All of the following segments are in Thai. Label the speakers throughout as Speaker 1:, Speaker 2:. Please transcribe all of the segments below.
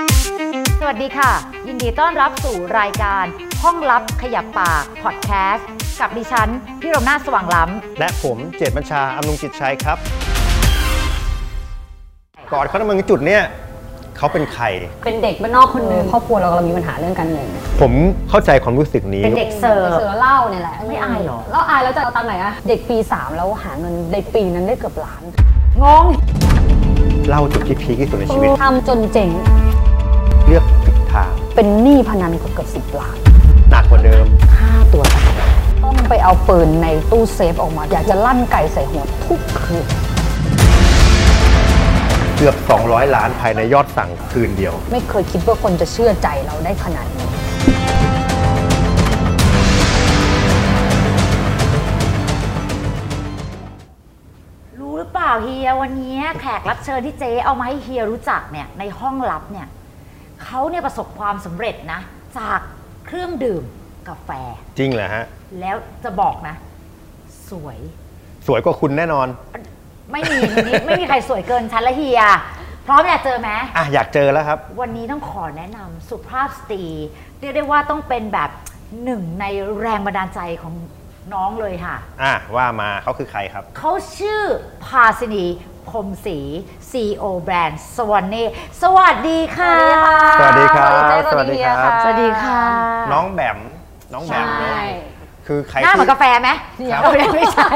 Speaker 1: วัสดีค่ะ ยินดีต้อนรับสู่รายการ ห้องลับขยับปากพอดแคสต์กับดิฉันพี่รมนาถสว่างล้
Speaker 2: และผมเจตบัญชาอำนุกิจชัยครับ ก่อนเขาดำเนินจุดเนี่ยเขาเป็นใคร
Speaker 3: เป็นเด็กบ้านนอกคนหนึงครอบครัวเรากำลังมีปัญหาเรื่องการเงิน
Speaker 2: ผมเข้าใจความรู้สึก
Speaker 1: ำ
Speaker 2: นี้
Speaker 1: เป็นเด็กเสิร์ฟ
Speaker 3: เสือเหล่าเนี่ยแหละ
Speaker 1: ไม่อายเหรอ
Speaker 3: แล้วอายแล้วจะเอาตังค์ไหนอะเด็กปี 3 แล้วหาเงินในปีนั้นได้เกือบล้าน
Speaker 1: งง
Speaker 2: เล่าจุดที่พีคที่สุดในชีวิต
Speaker 3: ทำจนเจ๋ง
Speaker 2: เลือกผิดทาง
Speaker 3: เป็นหนี้พนันกว่าเกือบสิบล้าน
Speaker 2: หนักกว่าเดิม
Speaker 3: ฆ่าตัวตายต้องไปเอาปืนในตู้เซฟออกมา อยากจะลั่นไก่ใส่หัวทุกคืน
Speaker 2: เกือบ 200 ล้านภายในยอดสั่งคืนเดียว
Speaker 3: ไม่เคยคิดว่าคนจะเชื่อใจเราได้ขนาดนี้
Speaker 1: รู้หรือเปล่าเฮียวันนี้แขกรับเชิญที่เจ๊เอามาให้เฮียรู้จักเนี่ยในห้องลับเนี่ยเขาเนี่ยประสบความสำเร็จนะ จากเครื่องดื่มกาแฟ
Speaker 2: จริงเหรอฮะ
Speaker 1: แล้วจะบอกนะ สวย
Speaker 2: สวยกว่าคุณแน่นอน
Speaker 1: ไม่มีไม่มีไม่มีใครสวยเกินฉันละเฮีย พร้อมอยากเจอไหม
Speaker 2: อ่ะ อยากเจอแล้วครับ
Speaker 1: วันนี้ต้องขอแนะนำสุภาพสตรีเรียกได้ว่าต้องเป็นแบบหนึ่งในแรงบันดาลใจของน้องเลยค่ะ
Speaker 2: อ่ะ ว่ามาเขาคือใครครับ
Speaker 1: เขาชื่อภาสินีพรหมศรี CEO แบรนด์สวันเน่สวัสดีค่ะ
Speaker 2: สวัสดีครับ
Speaker 3: สวัสดีครับ
Speaker 1: สวัสดีค่ะ
Speaker 2: น้องแบมน้องแบ
Speaker 3: ใช่
Speaker 2: มเนี่ยคือใคร
Speaker 1: หน้าเหมือน
Speaker 2: ที่
Speaker 1: กาแฟไหม
Speaker 2: เดี๋ยว
Speaker 1: อาไม่ใช่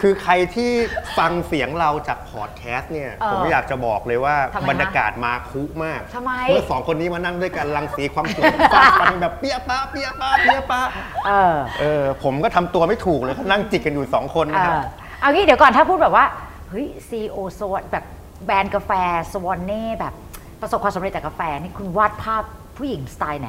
Speaker 2: คือใครที่ฟังเสียงเราจากพอดแคสต์เนี่ย
Speaker 1: เออ
Speaker 2: ผมอยากจะบอกเลยว่า
Speaker 1: ทำไมฮะ
Speaker 2: บรรยากาศมาคุมาก
Speaker 1: ทำไม
Speaker 2: เมื่อสองคนนี้มานั่งด้วยกันรังสีความสุข ฟัดกันแบบเปี้ยป้าเปี้ยป้าเปี้ยป้า
Speaker 1: เออ
Speaker 2: เออผมก็ทำตัวไม่ถูกเลยเขานั่งจิกกันอยู่ 2 คน
Speaker 1: เอ
Speaker 2: นะครับ
Speaker 1: อเอางี้เดี๋ยวก่อนถ้าพูดแบบว่าเฮ้ยซีโอสวแบบแบรนด์กาแฟสวอนเน่แบบประสบความสำเร็จจากกาแฟนี่คุณวาดภาพผู้หญิงสไตล์ไหน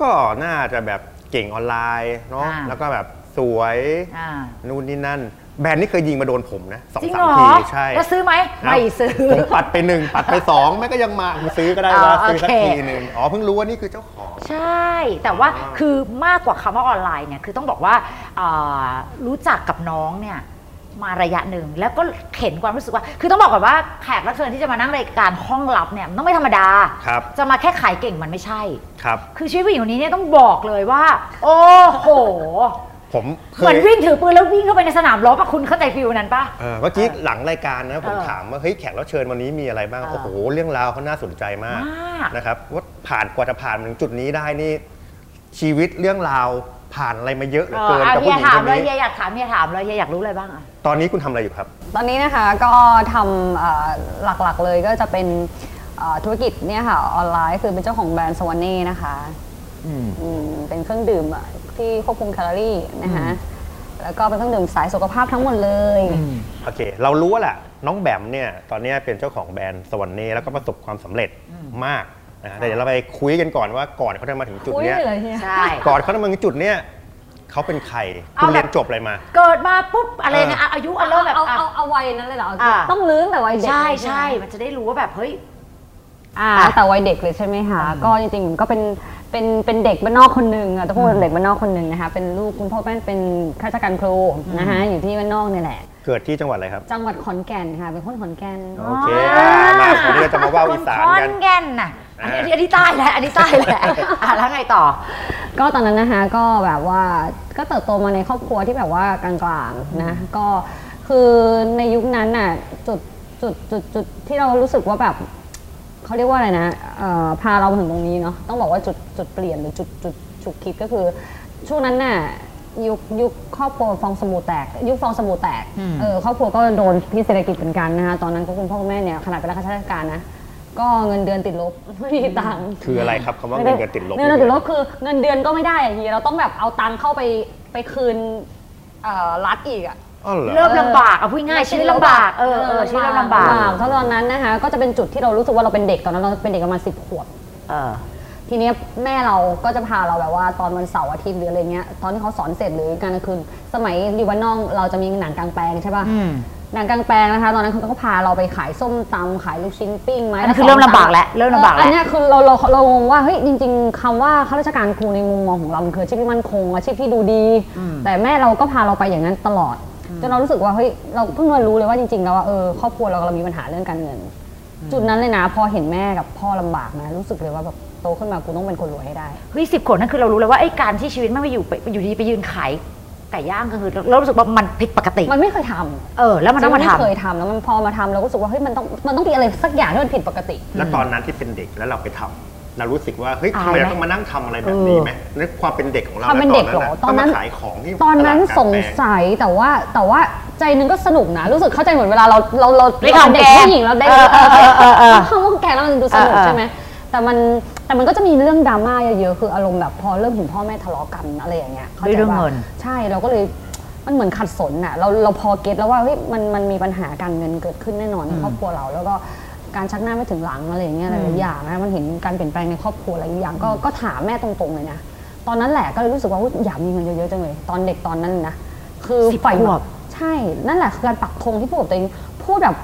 Speaker 2: ก็น่าจะแบบเก่งออนไลน์เนาะ
Speaker 1: อ่า
Speaker 2: แล้วก็แบบสวย
Speaker 1: อ่า
Speaker 2: นู่นนี่นั่น แบรนด์นี่เคยยิงมาโดนผมนะสอง
Speaker 1: จริง
Speaker 2: สา
Speaker 1: เหร
Speaker 2: ม
Speaker 1: อ
Speaker 2: ทีใช่
Speaker 1: แล้วซื้อไหมไม่ ซื้อ
Speaker 2: ผมปัดไปหนึ่งปัดไปสองแม่ก็ยังมาผมซื้อก็ได้
Speaker 1: อ๋อ
Speaker 2: ว่าซื้อสัก
Speaker 1: โอเค
Speaker 2: ทีหนึ่งอ๋อเพิ่งรู้ว่านี่คือเจ้าของ
Speaker 1: ใช่ แต่ว่าคือมากกว่าคำว่าออนไลน์เนี่ยคือต้องบอกว่าอ่ารู้จักกับน้องเนี่ยมาระยะหนึ่งแล้วก็เห็นความรู้สึกว่า คือต้องบอกก่อนว่าแขกรับเชิญที่จะมานั่งรายการห้องลับเนี่ยมันต้องไม่ธรรมดา
Speaker 2: ครับ
Speaker 1: จะมาแค่ขายเก่งมันไม่ใช่
Speaker 2: ครับ
Speaker 1: คือชีวิตผู้หญิงคนนี้เนี่ยต้องบอกเลยว่า โอ้โห
Speaker 2: ผมเค
Speaker 1: เหมือย นวิ่งถือปืนแล้ววิ่งเข้าไปในสนามรบอะคุณเข้าใจฟิลนั้นปะ
Speaker 2: เออเมื่อกี้หลังรายการนะผม
Speaker 1: เออ
Speaker 2: ถามว่าเฮ้ยแขกรับเชิญวันนี้มีอะไรบ้าง
Speaker 1: เออ
Speaker 2: โอ้โหเรื่องราวเขาน่าสนใจมาก
Speaker 1: มาก
Speaker 2: นะครับว่าผ่านกว่าจะผ่านมาถึงจุดนี้ได้นี่ ชีวิตเรื่องราวผ่านอะไรมาเยอะเหลือ
Speaker 1: เออ
Speaker 2: เกิน
Speaker 1: เอา
Speaker 2: กับ
Speaker 1: เฮี
Speaker 2: ผู้
Speaker 1: ย
Speaker 2: หญิง
Speaker 1: ถา
Speaker 2: ค
Speaker 1: ม
Speaker 2: น
Speaker 1: เลยเฮี
Speaker 2: นี้
Speaker 1: ยอยากถามเฮียถามเลยเฮียอยากรู้อะไรบ้างอะ
Speaker 2: ตอนนี้คุณทำอะไรอยู่ครับ
Speaker 3: ตอนนี้นะคะก็ทำเอ่อหลักๆเลยก็จะเป็นเอ่อธุรกิจเนี่ยค่ะออนไลน์คือเป็นเจ้าของแบรนด์สวันเน่นะคะ อืมเป็นเครื่องดื่มอะที่ควบคุมแคลอรี่นะคะแล้วก็เป็นเครื่องดื่มสายสุขภาพทั้งหมดเลย
Speaker 2: โอเค เรารู้แหละน้องแบมเนี่ยตอนนี้เป็นเจ้าของแบรนด์สวรรค์เน่แล้วก็ประสบความสำเร็จมากนะแต่เดี๋ยวเราไปคุยกันก่อนว่าก่อนเขาจะมาถึงจุด
Speaker 3: อุ้ย
Speaker 2: เนี้ย
Speaker 3: เลยเนี่ย
Speaker 1: ใช่
Speaker 2: ก่อนเขาจะมาถึงจุดเนี้ยเขาเป็นใคร
Speaker 1: เอา
Speaker 2: คุณเรีย
Speaker 1: แบ
Speaker 2: น
Speaker 1: บ
Speaker 2: จบอะไรมา
Speaker 1: เกิดมาปุ๊บอะไรนะ
Speaker 2: เออ
Speaker 1: อะอายุอะเริ่มแบบ
Speaker 3: เอา
Speaker 1: อะ
Speaker 3: เอาเอาวัยนั้นเลยเหรอ
Speaker 1: อ่ะ
Speaker 3: ต้องลื้อตั้งแต่วัยเด็ก
Speaker 1: ใช่
Speaker 3: เลย
Speaker 1: ใช่มันจะได้รู้ว่าแบบเฮ้ย
Speaker 3: อ่าตั้งแต่วัยเด็กเลยใช่ไหมคะก็จริงๆผมก็เป็นเป็นเป็นเด็กบ้านนอกคนหนึ่งอะต้องพูดว่าเด็กบ้านนอกคนหนึ่งนะคะเป็นลูกคุณพ่อแม่เป็นข้าราชการครูนะคะอยู่ที่บ้านนอกเนี่ยแหละ
Speaker 2: เกิดที่จังหวัดอะไรครับ
Speaker 3: จังหวัดขอนแก่นค่ะเป็นคนขอนแก่น
Speaker 2: โอเคอ่ะมาวันนี้เราจะมาว่า
Speaker 1: ค
Speaker 2: อี
Speaker 1: น
Speaker 2: สา
Speaker 1: ข
Speaker 2: น
Speaker 1: อ
Speaker 2: กัน
Speaker 1: นแก่นน่ะอันนี้
Speaker 2: อ่า
Speaker 1: อันนี้อันนี้ใต้แหละอันนี้ใต้แหละอ่ะแล้วไงต่อ
Speaker 3: ก็ตอนนั้นนะคะก็แบบว่าก็เติบโตมาในครอบครัวที่แบบว่ากลางๆนะก็คือในยุคนั้นน่ะจุดจุดจุดจุดที่เรารู้สึกว่าแบบเขาเรียกว่าอะไรนะเอ่อพาเรามาถึงตรงนี้เนาะต้องบอกว่าจุดจุดเปลี่ยนหรือจุดจุดฉุกคิดก็คือ ช่วงนั้นน่ะยุคยุคครอบครัวฟองสบู่แตก ยุคฟองสบู่แตก
Speaker 1: อืม
Speaker 3: เออครอบครัวก็โดนพิษเศรษฐกิจเหมือนกันนะคะตอนนั้นก็คุณพ่อคุณแม่เนี่ยขนาดเป็นข้าราชการนะก็เงินเดือนติดลบไม่มีตังค์
Speaker 2: คืออะไรครับคำว่าเงินเดือนติดลบ
Speaker 3: เงินเดือนติดลบคือเงินเดือนก็ไม่ได้อะเฮียเราต้องแบบเอาตังค์เข้าไปไปคืนเอ่อรัฐอีกอะ
Speaker 2: อ๋อเหร
Speaker 1: เริ่
Speaker 2: อ
Speaker 1: มลำบากเอาพูดง่ายชีวิตลำบากเออเออชีวิตเราลำบาก
Speaker 3: เท่าตอนนั้นนะคะก็จะเป็นจุดที่เรารู้สึกว่าเราเป็นเด็กตอนนั้นเราเป็นเด็กประมาณสิบขวบ
Speaker 1: เออ
Speaker 3: ทีเนี้ยแม่เราก็จะพาเราแบบว่าตอนวันเสาร์อาทิตย์หรืออะไรเงี้ยตอนที่เขาสอนเสร็จหรืองานกลางคืนสมัยอยู่บ้านนอกเราจะมีหนังกลางแปลงใช่ป่ะ
Speaker 1: อืม
Speaker 3: หนังกลางแปลงนะคะ ตอนนั้นเขาก็พาเราไปขายส้มตำขายลูกชิ้นปิ้งไม้
Speaker 1: อัน
Speaker 3: ละ
Speaker 1: นั้นคือ
Speaker 3: สง
Speaker 1: เริ่ม
Speaker 3: ส
Speaker 1: ลำบากแล้วเริ่มลำบาก
Speaker 3: ออ
Speaker 1: แล้
Speaker 3: อั
Speaker 1: ว
Speaker 3: นเนี้ยคือเราเราเรางงว่าเฮ้ยจริง ๆคำว่าข้าราชการครูในมุมมองของเรามันคืออาชีพที่มั่นคงอาชีพที่ดูดี แต่แม่เราก็พาเราไปอย่างนั้นตลอดจนเรารู้สึกว่าเฮ้ยเราเพิ่งมารู้เลยว่าจริงๆแล้วว่าเออครอบครัวเรากำลังมีปัญหาเรื่องการเงิน จุดนั้นเลยนะพอเห็นแม่กับพ่อลำบากนะรู้สึกเลยว่าแบบโตขึ้นมากูต้องเป็นคนรวยให้ได้
Speaker 1: เฮ้ยสิบขวบนั่นคือเรารู้แล้วว่าไอ้การที่ชีวิตไม่ไปอยู่ไปอยู่ดีไปยืนขายไก่ย่างก็คือเรารู้สึกว่ามันผิดปกติ
Speaker 3: มันไม่เคยทำ
Speaker 1: เออแล้วมันต้องมา
Speaker 3: ไเคย
Speaker 1: ทำ
Speaker 3: ทำแล้วมันพอมาทำเราก็รู้สึกว่าเฮ้ยมันต้องมันต้องมีอะไรสักอย่างที่มันผิดปกติ
Speaker 2: แล้วตอนนั้นที่เป็นเด็กแล้วเราไปทำเรารู้สึกว่าเฮ้ยทำไมเราต้องมานั่งทำอะไรแบบนี้ไหมในความเป็นเด็กของเรา
Speaker 3: ความเป็นเด็ก
Speaker 2: ะะ
Speaker 3: เหรอตอนนั้น
Speaker 2: ก็มาขายของที่
Speaker 3: ตอนนั้น
Speaker 2: ตลาดกลา
Speaker 3: ส
Speaker 2: แป
Speaker 3: ง
Speaker 2: ล
Speaker 3: สัยแต่ว่าแต่ว่าใจหนึงก็สนุกนะ รู้สึกเข้าใจเหมือนเวลาเราเราเราเราเป็นเด็กผู้หญิงเราได้
Speaker 1: เออเออเออเออเออ
Speaker 3: เข้าห้องแกงแล้วมันดูสนุก
Speaker 1: เออเออ
Speaker 3: ใช่ไหมแต่มันแต่มันก็จะมีเรื่องดราม่าเยอะๆคืออารมณ์แบบพอเริ่มเห็นพ่อแม่ทะเลาะกันอะไรอย่างเงี้ยข้าใจ
Speaker 1: ด้วยเรื่อง
Speaker 3: ปะ
Speaker 1: เงิน
Speaker 3: ใช่เราก็เลยมันเหมือนขัดสนอะเราเราพอเก็ตแล้วว่าเฮ้ยมันมันมีปัญหาการเงินเกิดขึ้นแน่นอนในครอบครัวเรา แล้วก็การชักหน้าไม่ถึงหลังอะไรอย่างเงี้ยหลายๆอย่างนะมันเห็นการเปลี่ยนแปลงในครอบครัวหลายอย่างก็ก็ถามแม่ตรงๆเลยนะตอนนั้นแหละก็เลยรู้สึกว่าอุ๊ยอยากมีเงินเยอะๆจังเลยตอนเด็กตอนนั้นนะคือ
Speaker 1: สิบ
Speaker 3: ไฝ่
Speaker 1: ขวบ
Speaker 3: ใช่นั่นแหละคือการปักธงที่พูดกับตัวเองพูดแบบ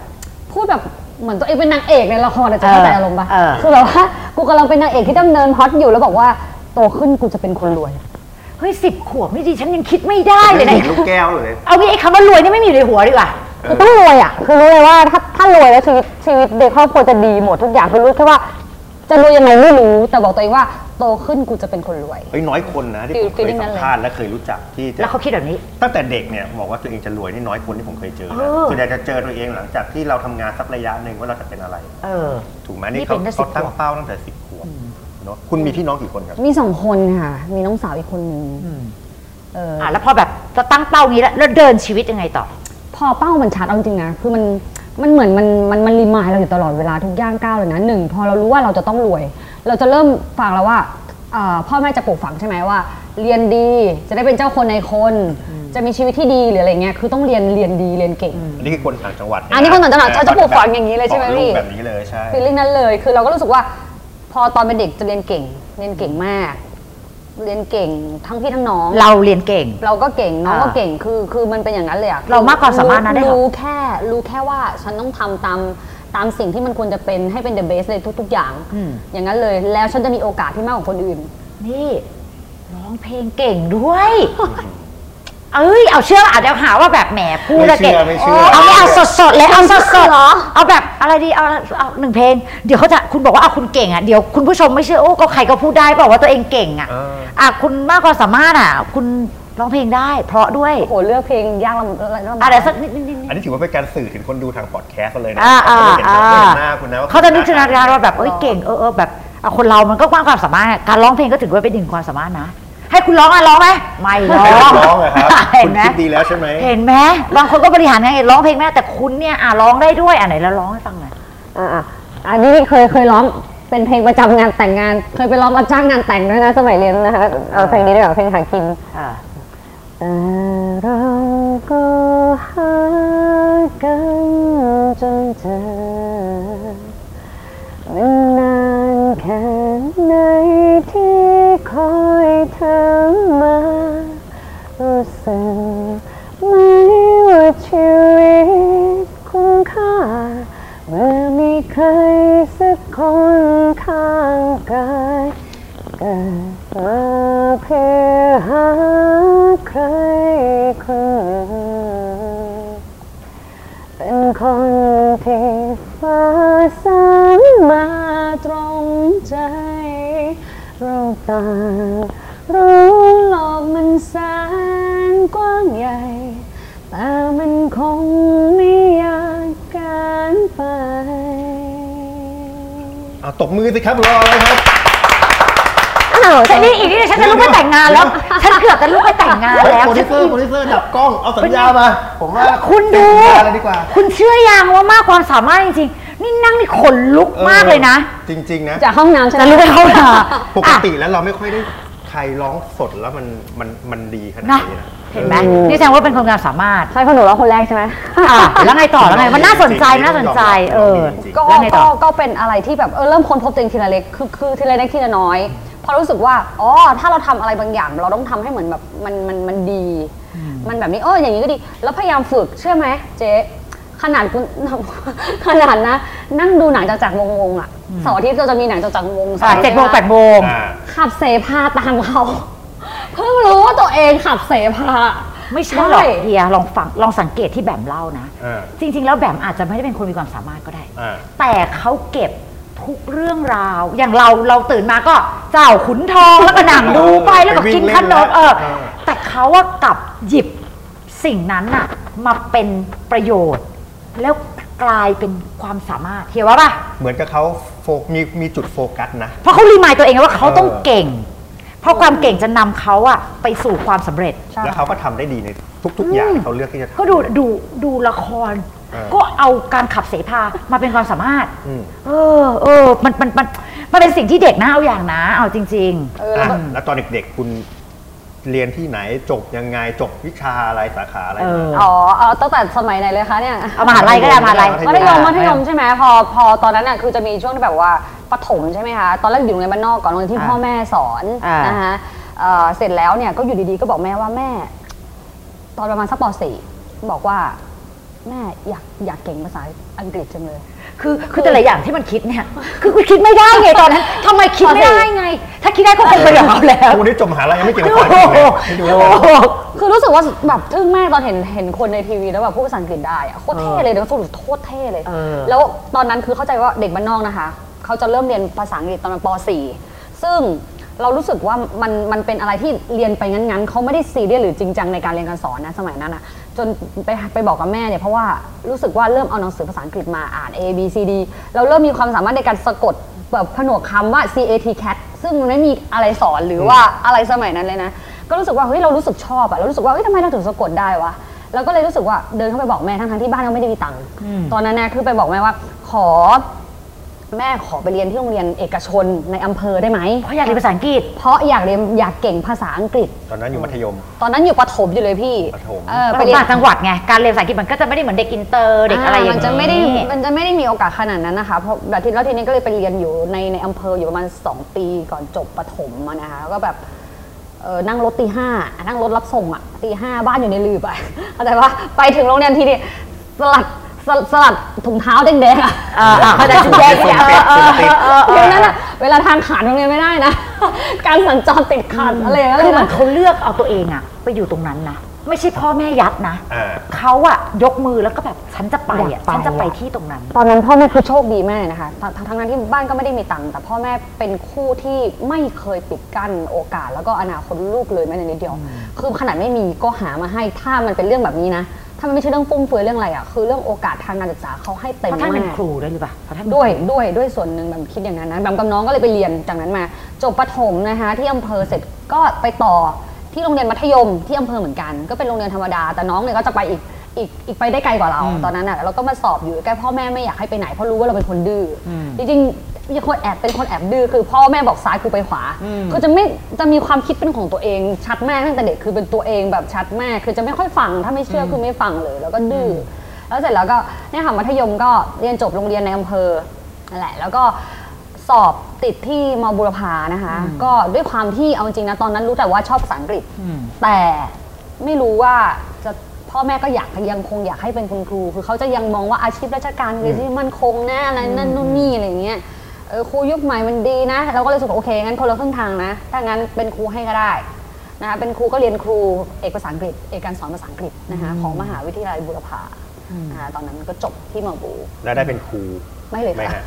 Speaker 3: พูดแบบเหมือนตัวเองเป็นนางเอกในละครอะจะเข้าใจอารมณ์ปะ
Speaker 1: เออ
Speaker 3: คือแบบว่ากูกำลังเป็นนางเอกที่ดำเนินฮอตอยู่แล้วบอกว่าโตขึ้นกูจะเป็นคนรวย
Speaker 1: เฮ้ยสิบขวบนี่ดิฉันยังคิดไม่ได้เล
Speaker 2: ไม่
Speaker 1: ยนะ
Speaker 2: เห็นลูกแก้วเลย
Speaker 1: เอางี้ไอ้คำว่ารวยนี่ไม่มีอยู่ในหัวดีกว่า
Speaker 3: คือต้องรวยอ่ะ คือรู้เลยว่าถ้าถ้ารวยแล้วชีวิตชีวิตในครอบครัวจะดีหมดทุกอย่างคือรู้แค่ว่าจะรวยยังไงไม่รู้ แต่บอกตัวเองว่าโตขึ้นกูจะเป็นคนรวย
Speaker 2: เฮ้ยน้อยคนนะที่ผมเคยสัมภาษณ์และเคยรู้จักที่จะ
Speaker 1: แล้วเขาคิดแบบนี้
Speaker 2: ตั้งแต่เด็กเนี่ยบอกว่าตัวเองจะรวยนี่น้อยคนที่ผมเคยเจอ
Speaker 1: เอ
Speaker 2: นะ
Speaker 1: อ
Speaker 2: ส่วนใหญ่จะเจอตัวเองหลังจากที่เราทำงานสักระยะหนึ่งว่าเราจะเป็นอะไร
Speaker 1: เออ
Speaker 2: ถูกไหม
Speaker 1: นี่
Speaker 2: นี่
Speaker 1: เป็
Speaker 2: เขา
Speaker 1: นตั้ง10
Speaker 2: เขาตั้งเป้าตั้งแต่สิบขวบเนาะคุณมีพี่น้องกี่คนครับ
Speaker 3: มีสองคนค่ะ มีน้องสาวอีกคนนึงเอออ
Speaker 1: อ่ะแล้วพอแบบจะตั้งเป้างี้แล้วแล้วเดินชีวิตยังไงต่อ
Speaker 3: พอเป้ามันชัดเอาจริงๆนะคือมันมันเหมือนมันมันมันรีมายเราอยู่ตลอดเวลาทุกย่างก้าวเลยนะหนึ่งพอเรารู้ว่าเราจะต้องรวย เราจะเริ่มฟังแล้วว่าอ่าพ่อแม่จะปลูกฝังใช่ไหมว่า เรียนดีจะได้เป็นเจ้าคนในายคน จะมีชีวิตที่ดีหรืออะไรเงี้ยคือต้องเรียนเรียนดีเรียนเก่ง
Speaker 2: อันนี้คือคนต่างจังหวัดะ
Speaker 3: อันนี้คนต่างจังหวัด
Speaker 2: ออ
Speaker 3: เขาจะปลูกฝังอย่างนี้เลยใช่ไหม
Speaker 2: สอน
Speaker 3: พี่
Speaker 2: กแบบนี้เลยใช่
Speaker 3: ฟีลลิ่งนั้นเลยคือเราก็รู้สึกว่า พอตอนเป็นเด็กจะเรียนเก่ง เรียนเก่งมาก เรียนเก่งทั้งพี่ทั้งน้อง
Speaker 1: เราเรียนเก่ง
Speaker 3: เราก็เก่งน้องก็
Speaker 1: อ่า
Speaker 3: เก่งคือคือมันเป็นอย่างนั้นเลยอะ
Speaker 1: เรามากความสามารถนะได้เหรอ
Speaker 3: รู้แค่รู้แค่ว่าฉันต้องทำตามตามสิ่งที่มันควรจะเป็นให้เป็น the best เลยทุก ๆ อย่าง
Speaker 1: อืม
Speaker 3: อย่างนั้นเลยแล้วฉันจะมีโอกาสที่มากกว่าคนอื่น
Speaker 1: นี่ร้องเพลงเก่งด้วย เอ้ยเอาเชื่ออาจจะหาว่าแบบแหมพูดแล้วเก่ง
Speaker 2: ไม่เชื่อไม่เชื่อ
Speaker 1: เอาไม่เอาสดสดๆเลยเอาสดสดเอาแบบอะไรดีเอาเอาหนึ่งเพลง เดี๋ยวเขาจะคุณบอกว่าเอาคุณเก่งอ่ะเดี๋ยวคุณผู้ชมไม่เชื่อโอ้ก็ใครก็พูดได้บอกว่าตัวเองเก่งอ่ะ
Speaker 2: เออ
Speaker 1: อ่ะคุณมากความสามารถอ่ะ คุณร้องเพลงได้ เพราะด้วย
Speaker 3: โอ้โหเลือกเพลงยากลำลำบาก
Speaker 1: อะไรสักนิดนิดนิด
Speaker 2: อันนี้ถือว่าเป็นการสื่อถึงคนดูทางพอดแคสต์เลยนะ
Speaker 1: อ่าอ่า
Speaker 2: เขาจะเห็น
Speaker 1: อ่า
Speaker 2: นะเขาจะเห็นหน้าคุณนะว่คุณ
Speaker 1: เขาจะนึกจินตนาการว่าแบบ
Speaker 2: ห
Speaker 1: เอ้ยเก่งเออเออแบบอ่ะคนเรามันก็กว้างความสามารถอะการร้องเพลงก็ถือว่าเป็นหนึ่งความสามารถนะ ให้คุณร้องอ่ะร้องไหมไม่ร้
Speaker 2: น้
Speaker 1: อง
Speaker 2: องอะครับ
Speaker 1: เห็
Speaker 2: คุ
Speaker 1: น
Speaker 2: ณ
Speaker 1: ไหม
Speaker 2: คิดดีแล้วใช่ไหม
Speaker 1: เห็นไหมบางคนก็บริหารงานเองร้องเพลงแม่แต่คุณเนี่ยอ่ะร้องได้ด้วยอ่ะไหนแล้วร้องให้ฟังหน่อย
Speaker 3: อ่ะอ่ะอันนี้เคยเคยร้องเป็นเพลงประจำงานแต่งงาน เคยไปร้องรับจ้างงานแต่งด้วยนะสมัยเรียนนะคะเอาเพลงนี้ด้วยเหรอเพลงหากิน
Speaker 1: อ่ะ
Speaker 3: แต่เราก็หากันจนเจอมันนานแค่ไหนที่คอยเธอมารู้สึกไหมว่าชีวิตคุ้มค่า เมื่อมีใครสักคนข้างกาย เกิดมาเพื่อหาใครคนหนึ่งเป็นคนที่ฟ้าสางมาตรงใจ เราต่างรู้โลกมันแสนกว้างใหญ่ แต่มันคงไม่ยากเกันไป
Speaker 2: เอาตบมือสิครับรออะไรครับ
Speaker 1: แต่นี่อีกนิดเดียวฉันจะลุกไปแต่งงานแล้ว ฉันเกือบจะลุกไปแต่งงาน
Speaker 2: เฮ้ย
Speaker 1: แล้ว
Speaker 2: โปรดิ
Speaker 1: ฉั
Speaker 2: วน เซอร์โปรดิวเซอร์ดับกล้องเอาสัญญามา ผมว่า
Speaker 1: คุณดู
Speaker 2: สัญญาเลยดีกว่า
Speaker 1: คุณเชื่อยังว่ามากความสามารถจริงๆนี่นั่งนี่ขนลุกมากเลยนะ
Speaker 2: จริง ๆ นะ
Speaker 3: จากห้องน้ำใช่ไหม
Speaker 1: จะลุกไปเข้าหา
Speaker 2: ปก
Speaker 1: อ่ะ
Speaker 2: ติแล้วเราไม่ค่อยได้ใครร้องสดแล้วมันมันมันดีขนาด
Speaker 1: นะ
Speaker 2: นี้นะ
Speaker 1: เห็นไหม
Speaker 2: ออ
Speaker 1: นี่แสดงว่าเป็นคนมีความสามารถ
Speaker 3: ใช่คนหนูร้องคนแรกใช่ไหม
Speaker 1: อ่ะแล้วไงต่อแล้วไงมันน่าสนใจ
Speaker 2: จริงๆ
Speaker 1: น่าสนใจ เออ
Speaker 2: จริง
Speaker 3: ก็
Speaker 1: แล้วไงต่
Speaker 3: ก็
Speaker 1: อ
Speaker 3: ก็เป็นอะไรที่แบบเออเริ่มค้นพบตัวเองทีละเล็กคือคือทีละเล็กทีละน้อย พอรู้สึกว่าอ๋อถ้าเราทำอะไรบางอย่าง เราต้องทำให้เหมือนแบบมันมันมันดี มันแบบนี้เอออย่างนี้ก็ดี แล้วพยายามฝึกเชื่อไหมเจ๊ขนาดคุณ ขนาดนะ นั่งดูหนังจากจากวงวงๆอ่ะเสาร์อาทิตย์เราจะมีหนังจากจากวงๆสา
Speaker 1: อ่ะ
Speaker 3: ร์อาทิตย์
Speaker 1: เจ็ดโมงแปดโมง
Speaker 2: อ่า
Speaker 3: ขับเสพาตามเขา เพิ่งรู้ว่าตัวเองขับเสพา
Speaker 1: ไม่ใช่หรอก
Speaker 3: ใช่
Speaker 1: เฮียลองฟังลองสังเกตที่แบมเล่านะ
Speaker 2: อ่า
Speaker 1: จริง ๆ แล้วแบมอาจจะไม่ได้เป็นคนมีความสามารถก็ได้
Speaker 2: อ่า
Speaker 1: แต่เขาเก็บทุกเรื่องราว อย่างเราเราตื่นมาก็เจ้าขุนทองแล้วก็หนังดูไปแล้วก็
Speaker 2: ไปวิ่
Speaker 1: กิ
Speaker 2: ง
Speaker 1: น
Speaker 2: เล่
Speaker 1: ข
Speaker 2: น
Speaker 1: นมเออ
Speaker 2: เออ
Speaker 1: แต่เขาว่ากลับหยิบสิ่งนั้นน่ะ มาเป็นประโยชน์ แล้วกลายเป็นความสามารถเทียวว่าป่ะ
Speaker 2: เหมือนกับเขาโฟกมีมีจุดโฟกัสนะ
Speaker 1: เพราะเขารีมายตัวเองว่าเขาต้อง
Speaker 2: เออ
Speaker 1: เก่ง เพราะความเก่งจะนำเขาอะไปสู่ความสำเร็จ
Speaker 3: ใช่
Speaker 2: แล้วเขาก็ทำได้ดีในทุก ๆ อย่างที่เขาเลือกที่จะทำ
Speaker 1: ก็ดูดูดูละคร
Speaker 2: เออ
Speaker 1: ก็เอาการขับเสพามาเป็นความสามารถ
Speaker 2: อืม
Speaker 1: เออเออมันมันมันมันเป็นสิ่งที่เด็กนะเอาอย่างนะ เอาจริง
Speaker 3: เออแล้วก็
Speaker 2: อ่ะแล้วตอนเด็กๆ คุณเรียนที่ไหนจบยังไงจบวิชาอะไรสาขาอะไร
Speaker 1: ๆ เออ
Speaker 3: อ๋อเอาตั้งแต่สมัยไหนเลยคะเนี่ย
Speaker 1: เอามหาลัยก็ได้มหาลัย
Speaker 3: มัธยมมัธยม
Speaker 2: อ่ะ
Speaker 3: ใช่ไหมพอพอตอนนั้นน่ะคือจะมีช่วงที่แบบว่าประถมใช่ไหมคะตอนแรกอยู่โรงเรียนบ้านนอกก่อนโรงเรียนที่
Speaker 1: อ่า
Speaker 3: พ่อแม่สอน
Speaker 1: อ่าน
Speaker 3: นะคะเอ่อเสร็จแล้วเนี่ยก็อยู่ดีๆก็บอกแม่ว่าแม่ ตอนประมาณสักปสี่บอกว่า แม่อยากอยากเก่งภาษาอังกฤษจังเลย
Speaker 1: คือคือแต่ละอย่างที่มันคิดเนี่ย คือกูคิดไม่ได้ไงตอนนั้นทำไมคิดไม่ได้ไง ถ้าคิดได้ก็คงไปกับเขาแล้ว
Speaker 2: ทุกวันนี้จบมหาลัยยังไม่เก่ง
Speaker 1: โอ้
Speaker 2: กว่า
Speaker 1: โห
Speaker 2: อีกเลยไม่ดูเลย
Speaker 1: โอ้โห
Speaker 3: คือรู้สึกว่าแบบทึ่งมากตอนเห็นเห็นคนในทีวีแล้วแบบพูดภาษาอังกฤษได้อะโคตรเท่เลยนะสรุปโคตรเท่เลย
Speaker 1: เออ
Speaker 3: แล้วตอนนั้นคือเข้าใจว่าเด็กบ้านนอกนะคะเขาจะเริ่มเรียนภาษาอังกฤษตอนป .4 ซึ่งเรารู้สึกว่ามันมันเป็นอะไรที่เรียนไปงั้นๆเขาไม่ได้ซีเรียสหรือจริงจังในการเรียนการสอนนะสมัยนั้นอะจนไปไปบอกกับแม่เนี่ยเพราะว่ารู้สึกว่าเริ่มเอาหนังสือภาษาอังกฤษมาอ่าน A B C D เราเริ่มมีความสามารถในการสะกดแบบผนวกคำว่า C A T cat ซึ่งมันไม่มีอะไรสอนหรือว่าอะไรสมัยนั้นเลยนะ ก็รู้สึกว่าเฮ้ยเรารู้สึกชอบอะเรารู้สึกว่าเฮ้ยทำไมเราถึงสะกดได้วะเราก็เลยรู้สึกว่าเดินเข้าไปบอกแม่ทั้งๆที่บ้านก็ไม่ได้มีตังค์ตอนนั้นนะคือไปบอกแม่ว่า ขอ แม่ขอไปเรียนที่โรงเรียนเอกชนในอำเภอได้ไหม
Speaker 1: เพราะอยากเรียนภาษาอังกฤษ
Speaker 3: เพราะอยากเรียนอยากเก่งภาษาอังกฤษ
Speaker 2: ตอนนั้นอยู่มัธยม
Speaker 3: ตอนนั้นอยู่ประถมอยู่เลยพี่
Speaker 2: ประถม
Speaker 3: เออ
Speaker 1: ไป
Speaker 3: ไปเรีย
Speaker 1: ต่าน งจังหวัดไง การเรียนภาษาอังกฤษมันก็จะไม่ได้เหมือนเด็กอินเตอร์เด็กอะไรอย่าง
Speaker 3: มั
Speaker 1: นี้
Speaker 3: จะไม่ได้มันจะไม่ได้มีโอกาสขนาดนั้นนะคะเพราะแล้วทีแล้วทีนี้ก็เลยไปเรียนอยู่ในในอำเภออยู่ประมาณสองปีก่อนจบประถมอะนะคะแล้วก็แบบ เออนั่งรถตีห้านั่งรถรับส่งอะตีห้าบ้านอยู่ในลืบอะ เข้าใจปะไปถึงโรงเรียนทีนี่สลัดสลัดสลัดถุงเท้าแดงๆอะ
Speaker 1: อ่าอ่าเข้าใจ
Speaker 3: ถุงแดงๆอะ
Speaker 1: เออเออเออเออ
Speaker 3: เดี๋ยวนั้นอะเวลาทางขาดโรงเรียนไม่ได้นะ การสัญจรติดขัดอะไรอย่างเงี้ย
Speaker 1: คือเห
Speaker 3: เล
Speaker 1: มื
Speaker 3: ย
Speaker 1: อน
Speaker 3: นะ
Speaker 1: เขาเลือกเอาตัวเองอะไปอยู่ตรงนั้นนะไม่ใช่พ่อแม่ยัดนะ
Speaker 2: อ่า
Speaker 1: เขาอะยกมือแล้วก็แบบฉันจะไป
Speaker 3: อ
Speaker 1: อะ
Speaker 3: ยากไป
Speaker 1: ฉันจะไปที่ตรงนั้น
Speaker 3: ตอนนั้นพ่อแม่คือโชคดีมากเลยนะคะทัทั้งนั้นที่บ้านก็ไม่ได้มีตังค์แต่พ่อแม่เป็นคู่ที่ไม่เคยปิดกั้นโอกาส แล้วก็อนาคตลูกเลยแม้แต่นิดเดียว คือขนาดไม่มีก็หามาให้ถ้ามันเป็นเรื่องแบบนี้นะ ถ้ามันไม่ใช่เรื่องฟุ่มเฟือยเรื่องอะไรอ่ะคือเรื่องโอกาสทางการศึกษาเขาให้เต็ม
Speaker 1: เพราะท่านเป็น
Speaker 3: มาก
Speaker 1: ครูด้วยหรือเปล่าเพราะท่านเป็น
Speaker 3: ด้วยด้วยด้วยส่วนหนึ่งแบบคิดอย่างนั้นนะแบบกับน้องก็เลยไปเรียนจากนั้นมา จบประถมนะคะที่อำเภอเสร็จก็ไปต่อที่โรงเรียนมัธยมที่อำเภอเหมือนกัน ก็เป็นโรงเรียนธรรมดา แต่น้องเนี่ยก็จะไปอีกอีกอีกไปได้ไกลกว่าเรา ตอนนั้นอ่ะเราก็มาสอบอยู่ใกล้พ่อแม่ไม่อยากให้ไปไหนเพราะรู้ว่าเราเป็นคนดื้ออจริงๆมีคนแอบเป็นคนแอบดื้อคือพ่อแม่บอกซ้ายคือไปขวาคือจะไม่จะมีความคิดเป็นของตัวเองชัดมากตั้งแต่เด็กคือเป็นตัวเองแบบชัดมากคือจะไม่ค่อยฟังถ้าไม่เชื่ออคือไม่ฟังเลย แล้วก็ดื้ออ แล้วเสร็จแล้วก็เนี่ยค่ะมัธยมก็เรียนจบโรงเรียนในอำเภอนั่นแหละ แล้วก็สอบติดที่มบุรพานะคะ ก็ด้วยความที่เอาจริงนะตอนนั้นรู้แต่ว่าชอบภาษาอังกฤษ
Speaker 1: อืม
Speaker 3: แต่ไม่รู้ว่าจะพ่อแม่ก็อยากยังคงอยากให้เป็นคุณครู คือเขาจะยังมองว่าอาชีพราชการคือที่มั่นคงนะอะไรนั่นนู่นนี่อะไรอย่างเงี้ยเออครูยุคใหม่มันดีนะเราก็เลยรู้สึกว่าโอเคงั้นคนละครึ่งทางนะ ถ้างั้นเป็นครูให้ก็ได้นะคะเป็นครูก็เรียนครูเอกภาษาอังกฤษเอกการสอนภาษาอังกฤษนะคะของมหาวิทยาลัยบุรพานะคะตอนนั้นก็จบที่มอบู
Speaker 2: แล้วได้เป็นครู
Speaker 3: ไม่เลย
Speaker 2: ไม่
Speaker 3: ค่ะ
Speaker 2: ฮะ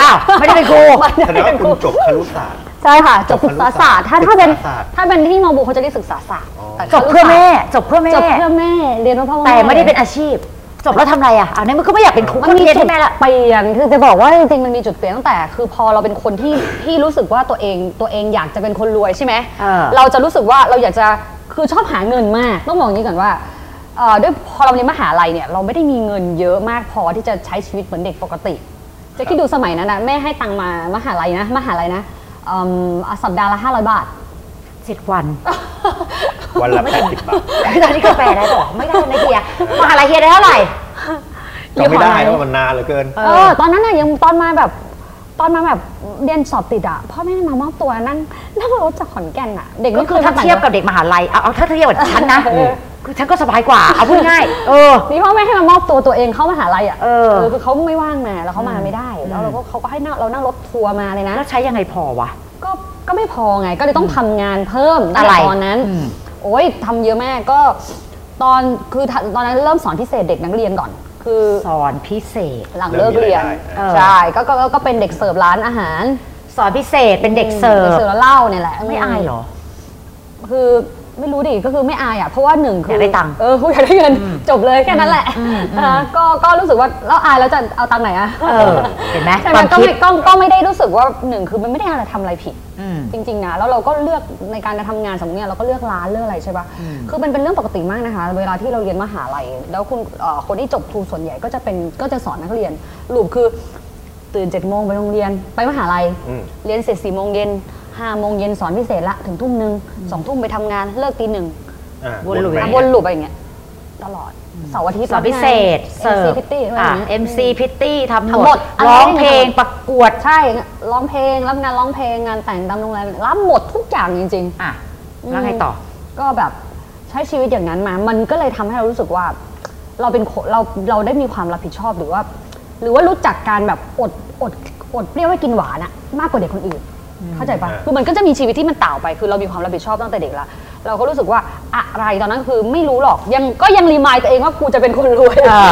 Speaker 1: อ้าวไม่ได้เป็นครู
Speaker 2: แสดงว่าคุณจบครุศาสตร์
Speaker 3: ใช่ค่ะจบศึกษาศาสตร์ถ้าถ้าเป็น
Speaker 2: ศึกษาศาสตร์
Speaker 3: ถ้าเป็นที่มอบูเขาจะเรียกศึกษาศาสตร์แต่
Speaker 1: จ
Speaker 3: เขา
Speaker 1: บเพื่อแม่ จบเพื่อแม่
Speaker 3: จบเพื่อแม่เรียนเพราะพ่อ
Speaker 1: แต่
Speaker 3: แม่
Speaker 1: ไม่ได้เป็นอาชีพ จบแล้วทำอะไรอ่ะอันนี้มันก็ไม่อยากเป็นครู
Speaker 3: มันมี
Speaker 1: เรียน
Speaker 3: จุด
Speaker 1: ที่แม่ละ
Speaker 3: เปลี่ยนคือจะบอกว่าจริงๆมันมีจุดเปลี่ยนตั้งแต่ คือพอเราเป็นคนที่ ที่รู้สึกว่าตัวเองตัวเองอยากจะเป็นคนรวยใช่ไหม
Speaker 1: เออ
Speaker 3: เราจะรู้สึกว่าเราอยากจะคือชอบหาเงินมากต้องบอกอย่างนี้ก่อนว่าเอ่อด้วยพอเราเรียนมหาลัยเนี่ยเราไม่ได้มีเงินเยอะมากพอที่จะใช้ชีวิตเหมือนเด็กปกติ จะคิดดูสมัยนั้นนะแม่ให้ตังค์มามหาลัยนะมหาลัยนะอืมอ่ะสัปดาห์ละ500บาท
Speaker 1: เจ็ดวัน
Speaker 2: วันละ 80 บาท
Speaker 1: ตอนนี้กาแฟได้ป่ะไม่ได้นะเฮียมหาลัยเฮียได้เท่าไหร่
Speaker 2: จำไม่ได้ว่ามันนานเหลือเกิน
Speaker 1: เออ
Speaker 3: เออตอนนั้นน่ะยังตอนมาแบบตอนมาแบบเรียนสอบติดอะพ่อแม่มามอบตัวนั่งนั่งรถจากขอนแก่นอะเด็ก
Speaker 1: ก็
Speaker 3: นี่
Speaker 1: คือถ้าเทียบกับเด็กมหาลัยเอาเอาถ้าเทียบกับฉันนะคือฉันก็สบายกว่าเอาพูดง่ายเออ
Speaker 3: นี่พ่อแม่ให้มามอบตัวตัวเองเข้ามหาลัยอะ
Speaker 1: เออ
Speaker 3: คือเขาไม่ว่างมาแล้วเขามาไม่ได้ แล้วเราก็เขาก็ให้นั่งเรานั่งรถทัวร์มาเลยนะ
Speaker 1: แล้วใช้ยังไงพอวะ
Speaker 3: ก็ก็ไม่พอไงก็เลยต้องทำงานเพิ่มตั้ง
Speaker 1: อะไร
Speaker 3: แต่ตอนนั้น
Speaker 1: อืม
Speaker 3: โอ้ยทำเยอะมากก็ ตอนคือตอนนั้นเริ่มสอนพิเศษเด็กนักเรียนก่อน คือ
Speaker 1: สอนพิเศษ
Speaker 3: หลังเลิกเรียน
Speaker 2: เริ่มมีรายได้
Speaker 1: เออ
Speaker 3: ใช่ ก็ก็ก็เป็นเด็กเสิร์ฟร้านอาหาร
Speaker 1: สอนพิเศษเป็นเด็กเสิร์ฟ
Speaker 3: เสิร์ฟแล้วเหล่าเนี่ยแหละ
Speaker 1: ไม่อายเหรอ
Speaker 3: คือไม่รู้ดิ ก็คือไม่อายอ่ะ เพราะว่าหนึ่งคื
Speaker 1: ยากได้ตังค์
Speaker 3: เอออยากได้เงิน จบเลยแค่นั้นแหละอ่าก็ก็รู้สึกว่าเราอายแล้วจะเอาตังค์ไหนอ่ะ
Speaker 1: เออเห็นไหม
Speaker 3: ใช่
Speaker 1: ค
Speaker 3: ไหม
Speaker 1: วาม
Speaker 3: ก็
Speaker 1: คิ
Speaker 3: ไม่
Speaker 1: ด
Speaker 3: ก็ก็ไม่ได้รู้สึกว่าหนึ่งคือมันไม่ได้อะไรทำอะไรผิด
Speaker 1: อืม
Speaker 3: จริงๆนะแล้วเราก็เลือกในการจะทำงานสมมติเนี่ยเราก็เลือกร้านเลือกอะไรใช่ปะคือมันเป็นเรื่องปกติมากนะคะ เวลาที่เราเรียนมหาลัยแล้วคุณเอ่อคนที่จบครูส่วนใหญ่ก็จะเป็นก็จะสอนนักเรียนรูปคือตื่น7จ็ดโมงไปโรงเรียน ไปมหาลัย
Speaker 2: อืม
Speaker 3: เรียนเสร็จสี่โมงเย็นห้าโมงเย็นสอนพิเศษละถึงทุ่มหนึ่งสองทุ่มไปทำงานเลิกตีหนึ่ง
Speaker 2: อ่า
Speaker 1: วนลูป
Speaker 2: ไป
Speaker 3: อ่ะ
Speaker 1: ไหน
Speaker 3: วนลูปอะไรอย่างเงี้ยตลอดเสาร์อาทิตย์
Speaker 1: สอนพิเศษ
Speaker 3: เอ็
Speaker 1: เสิ
Speaker 3: ม
Speaker 1: ร์ฟ
Speaker 3: ซีพิตตี้อะไรอ
Speaker 1: อ่ะ
Speaker 3: ย่างเงี้ย
Speaker 1: MC พิตตี้ทำห
Speaker 3: ทำห
Speaker 1: ม
Speaker 3: ม
Speaker 1: ด
Speaker 3: ดอะไร
Speaker 1: ร้อง
Speaker 3: ได้หมด
Speaker 1: เพลงประกวด
Speaker 3: ใช่ร้องเพลงรับงานร้องเพลงงานแต่งตามโรงแรมรับหมดทุกอย่างจริง ๆ
Speaker 1: อ่ะ แล้วไงต่อ
Speaker 3: ก็แบบใช้ชีวิตอย่างนั้นมา มันก็เลยทำให้เรารู้สึกว่า เราเป็นคนเราเราได้มีความรับผิดชอบหรือว่า หรือว่ารู้จักการแบบอดอดอดเปรี้ยวให้กินหวานอะมากกว่าเด็กคนอื่น เข้าใจปะคือมันก็จะมีชีวิตที่มันต่างไป คือเรามีความรับผิดชอบตั้งแต่เด็กละเราก็รู้สึกว่าอะไรตอนนั้นคือไม่รู้หรอกยังก็ยังรีมายตัวเองว่ากูจะเป็นคนรวย
Speaker 1: อ่า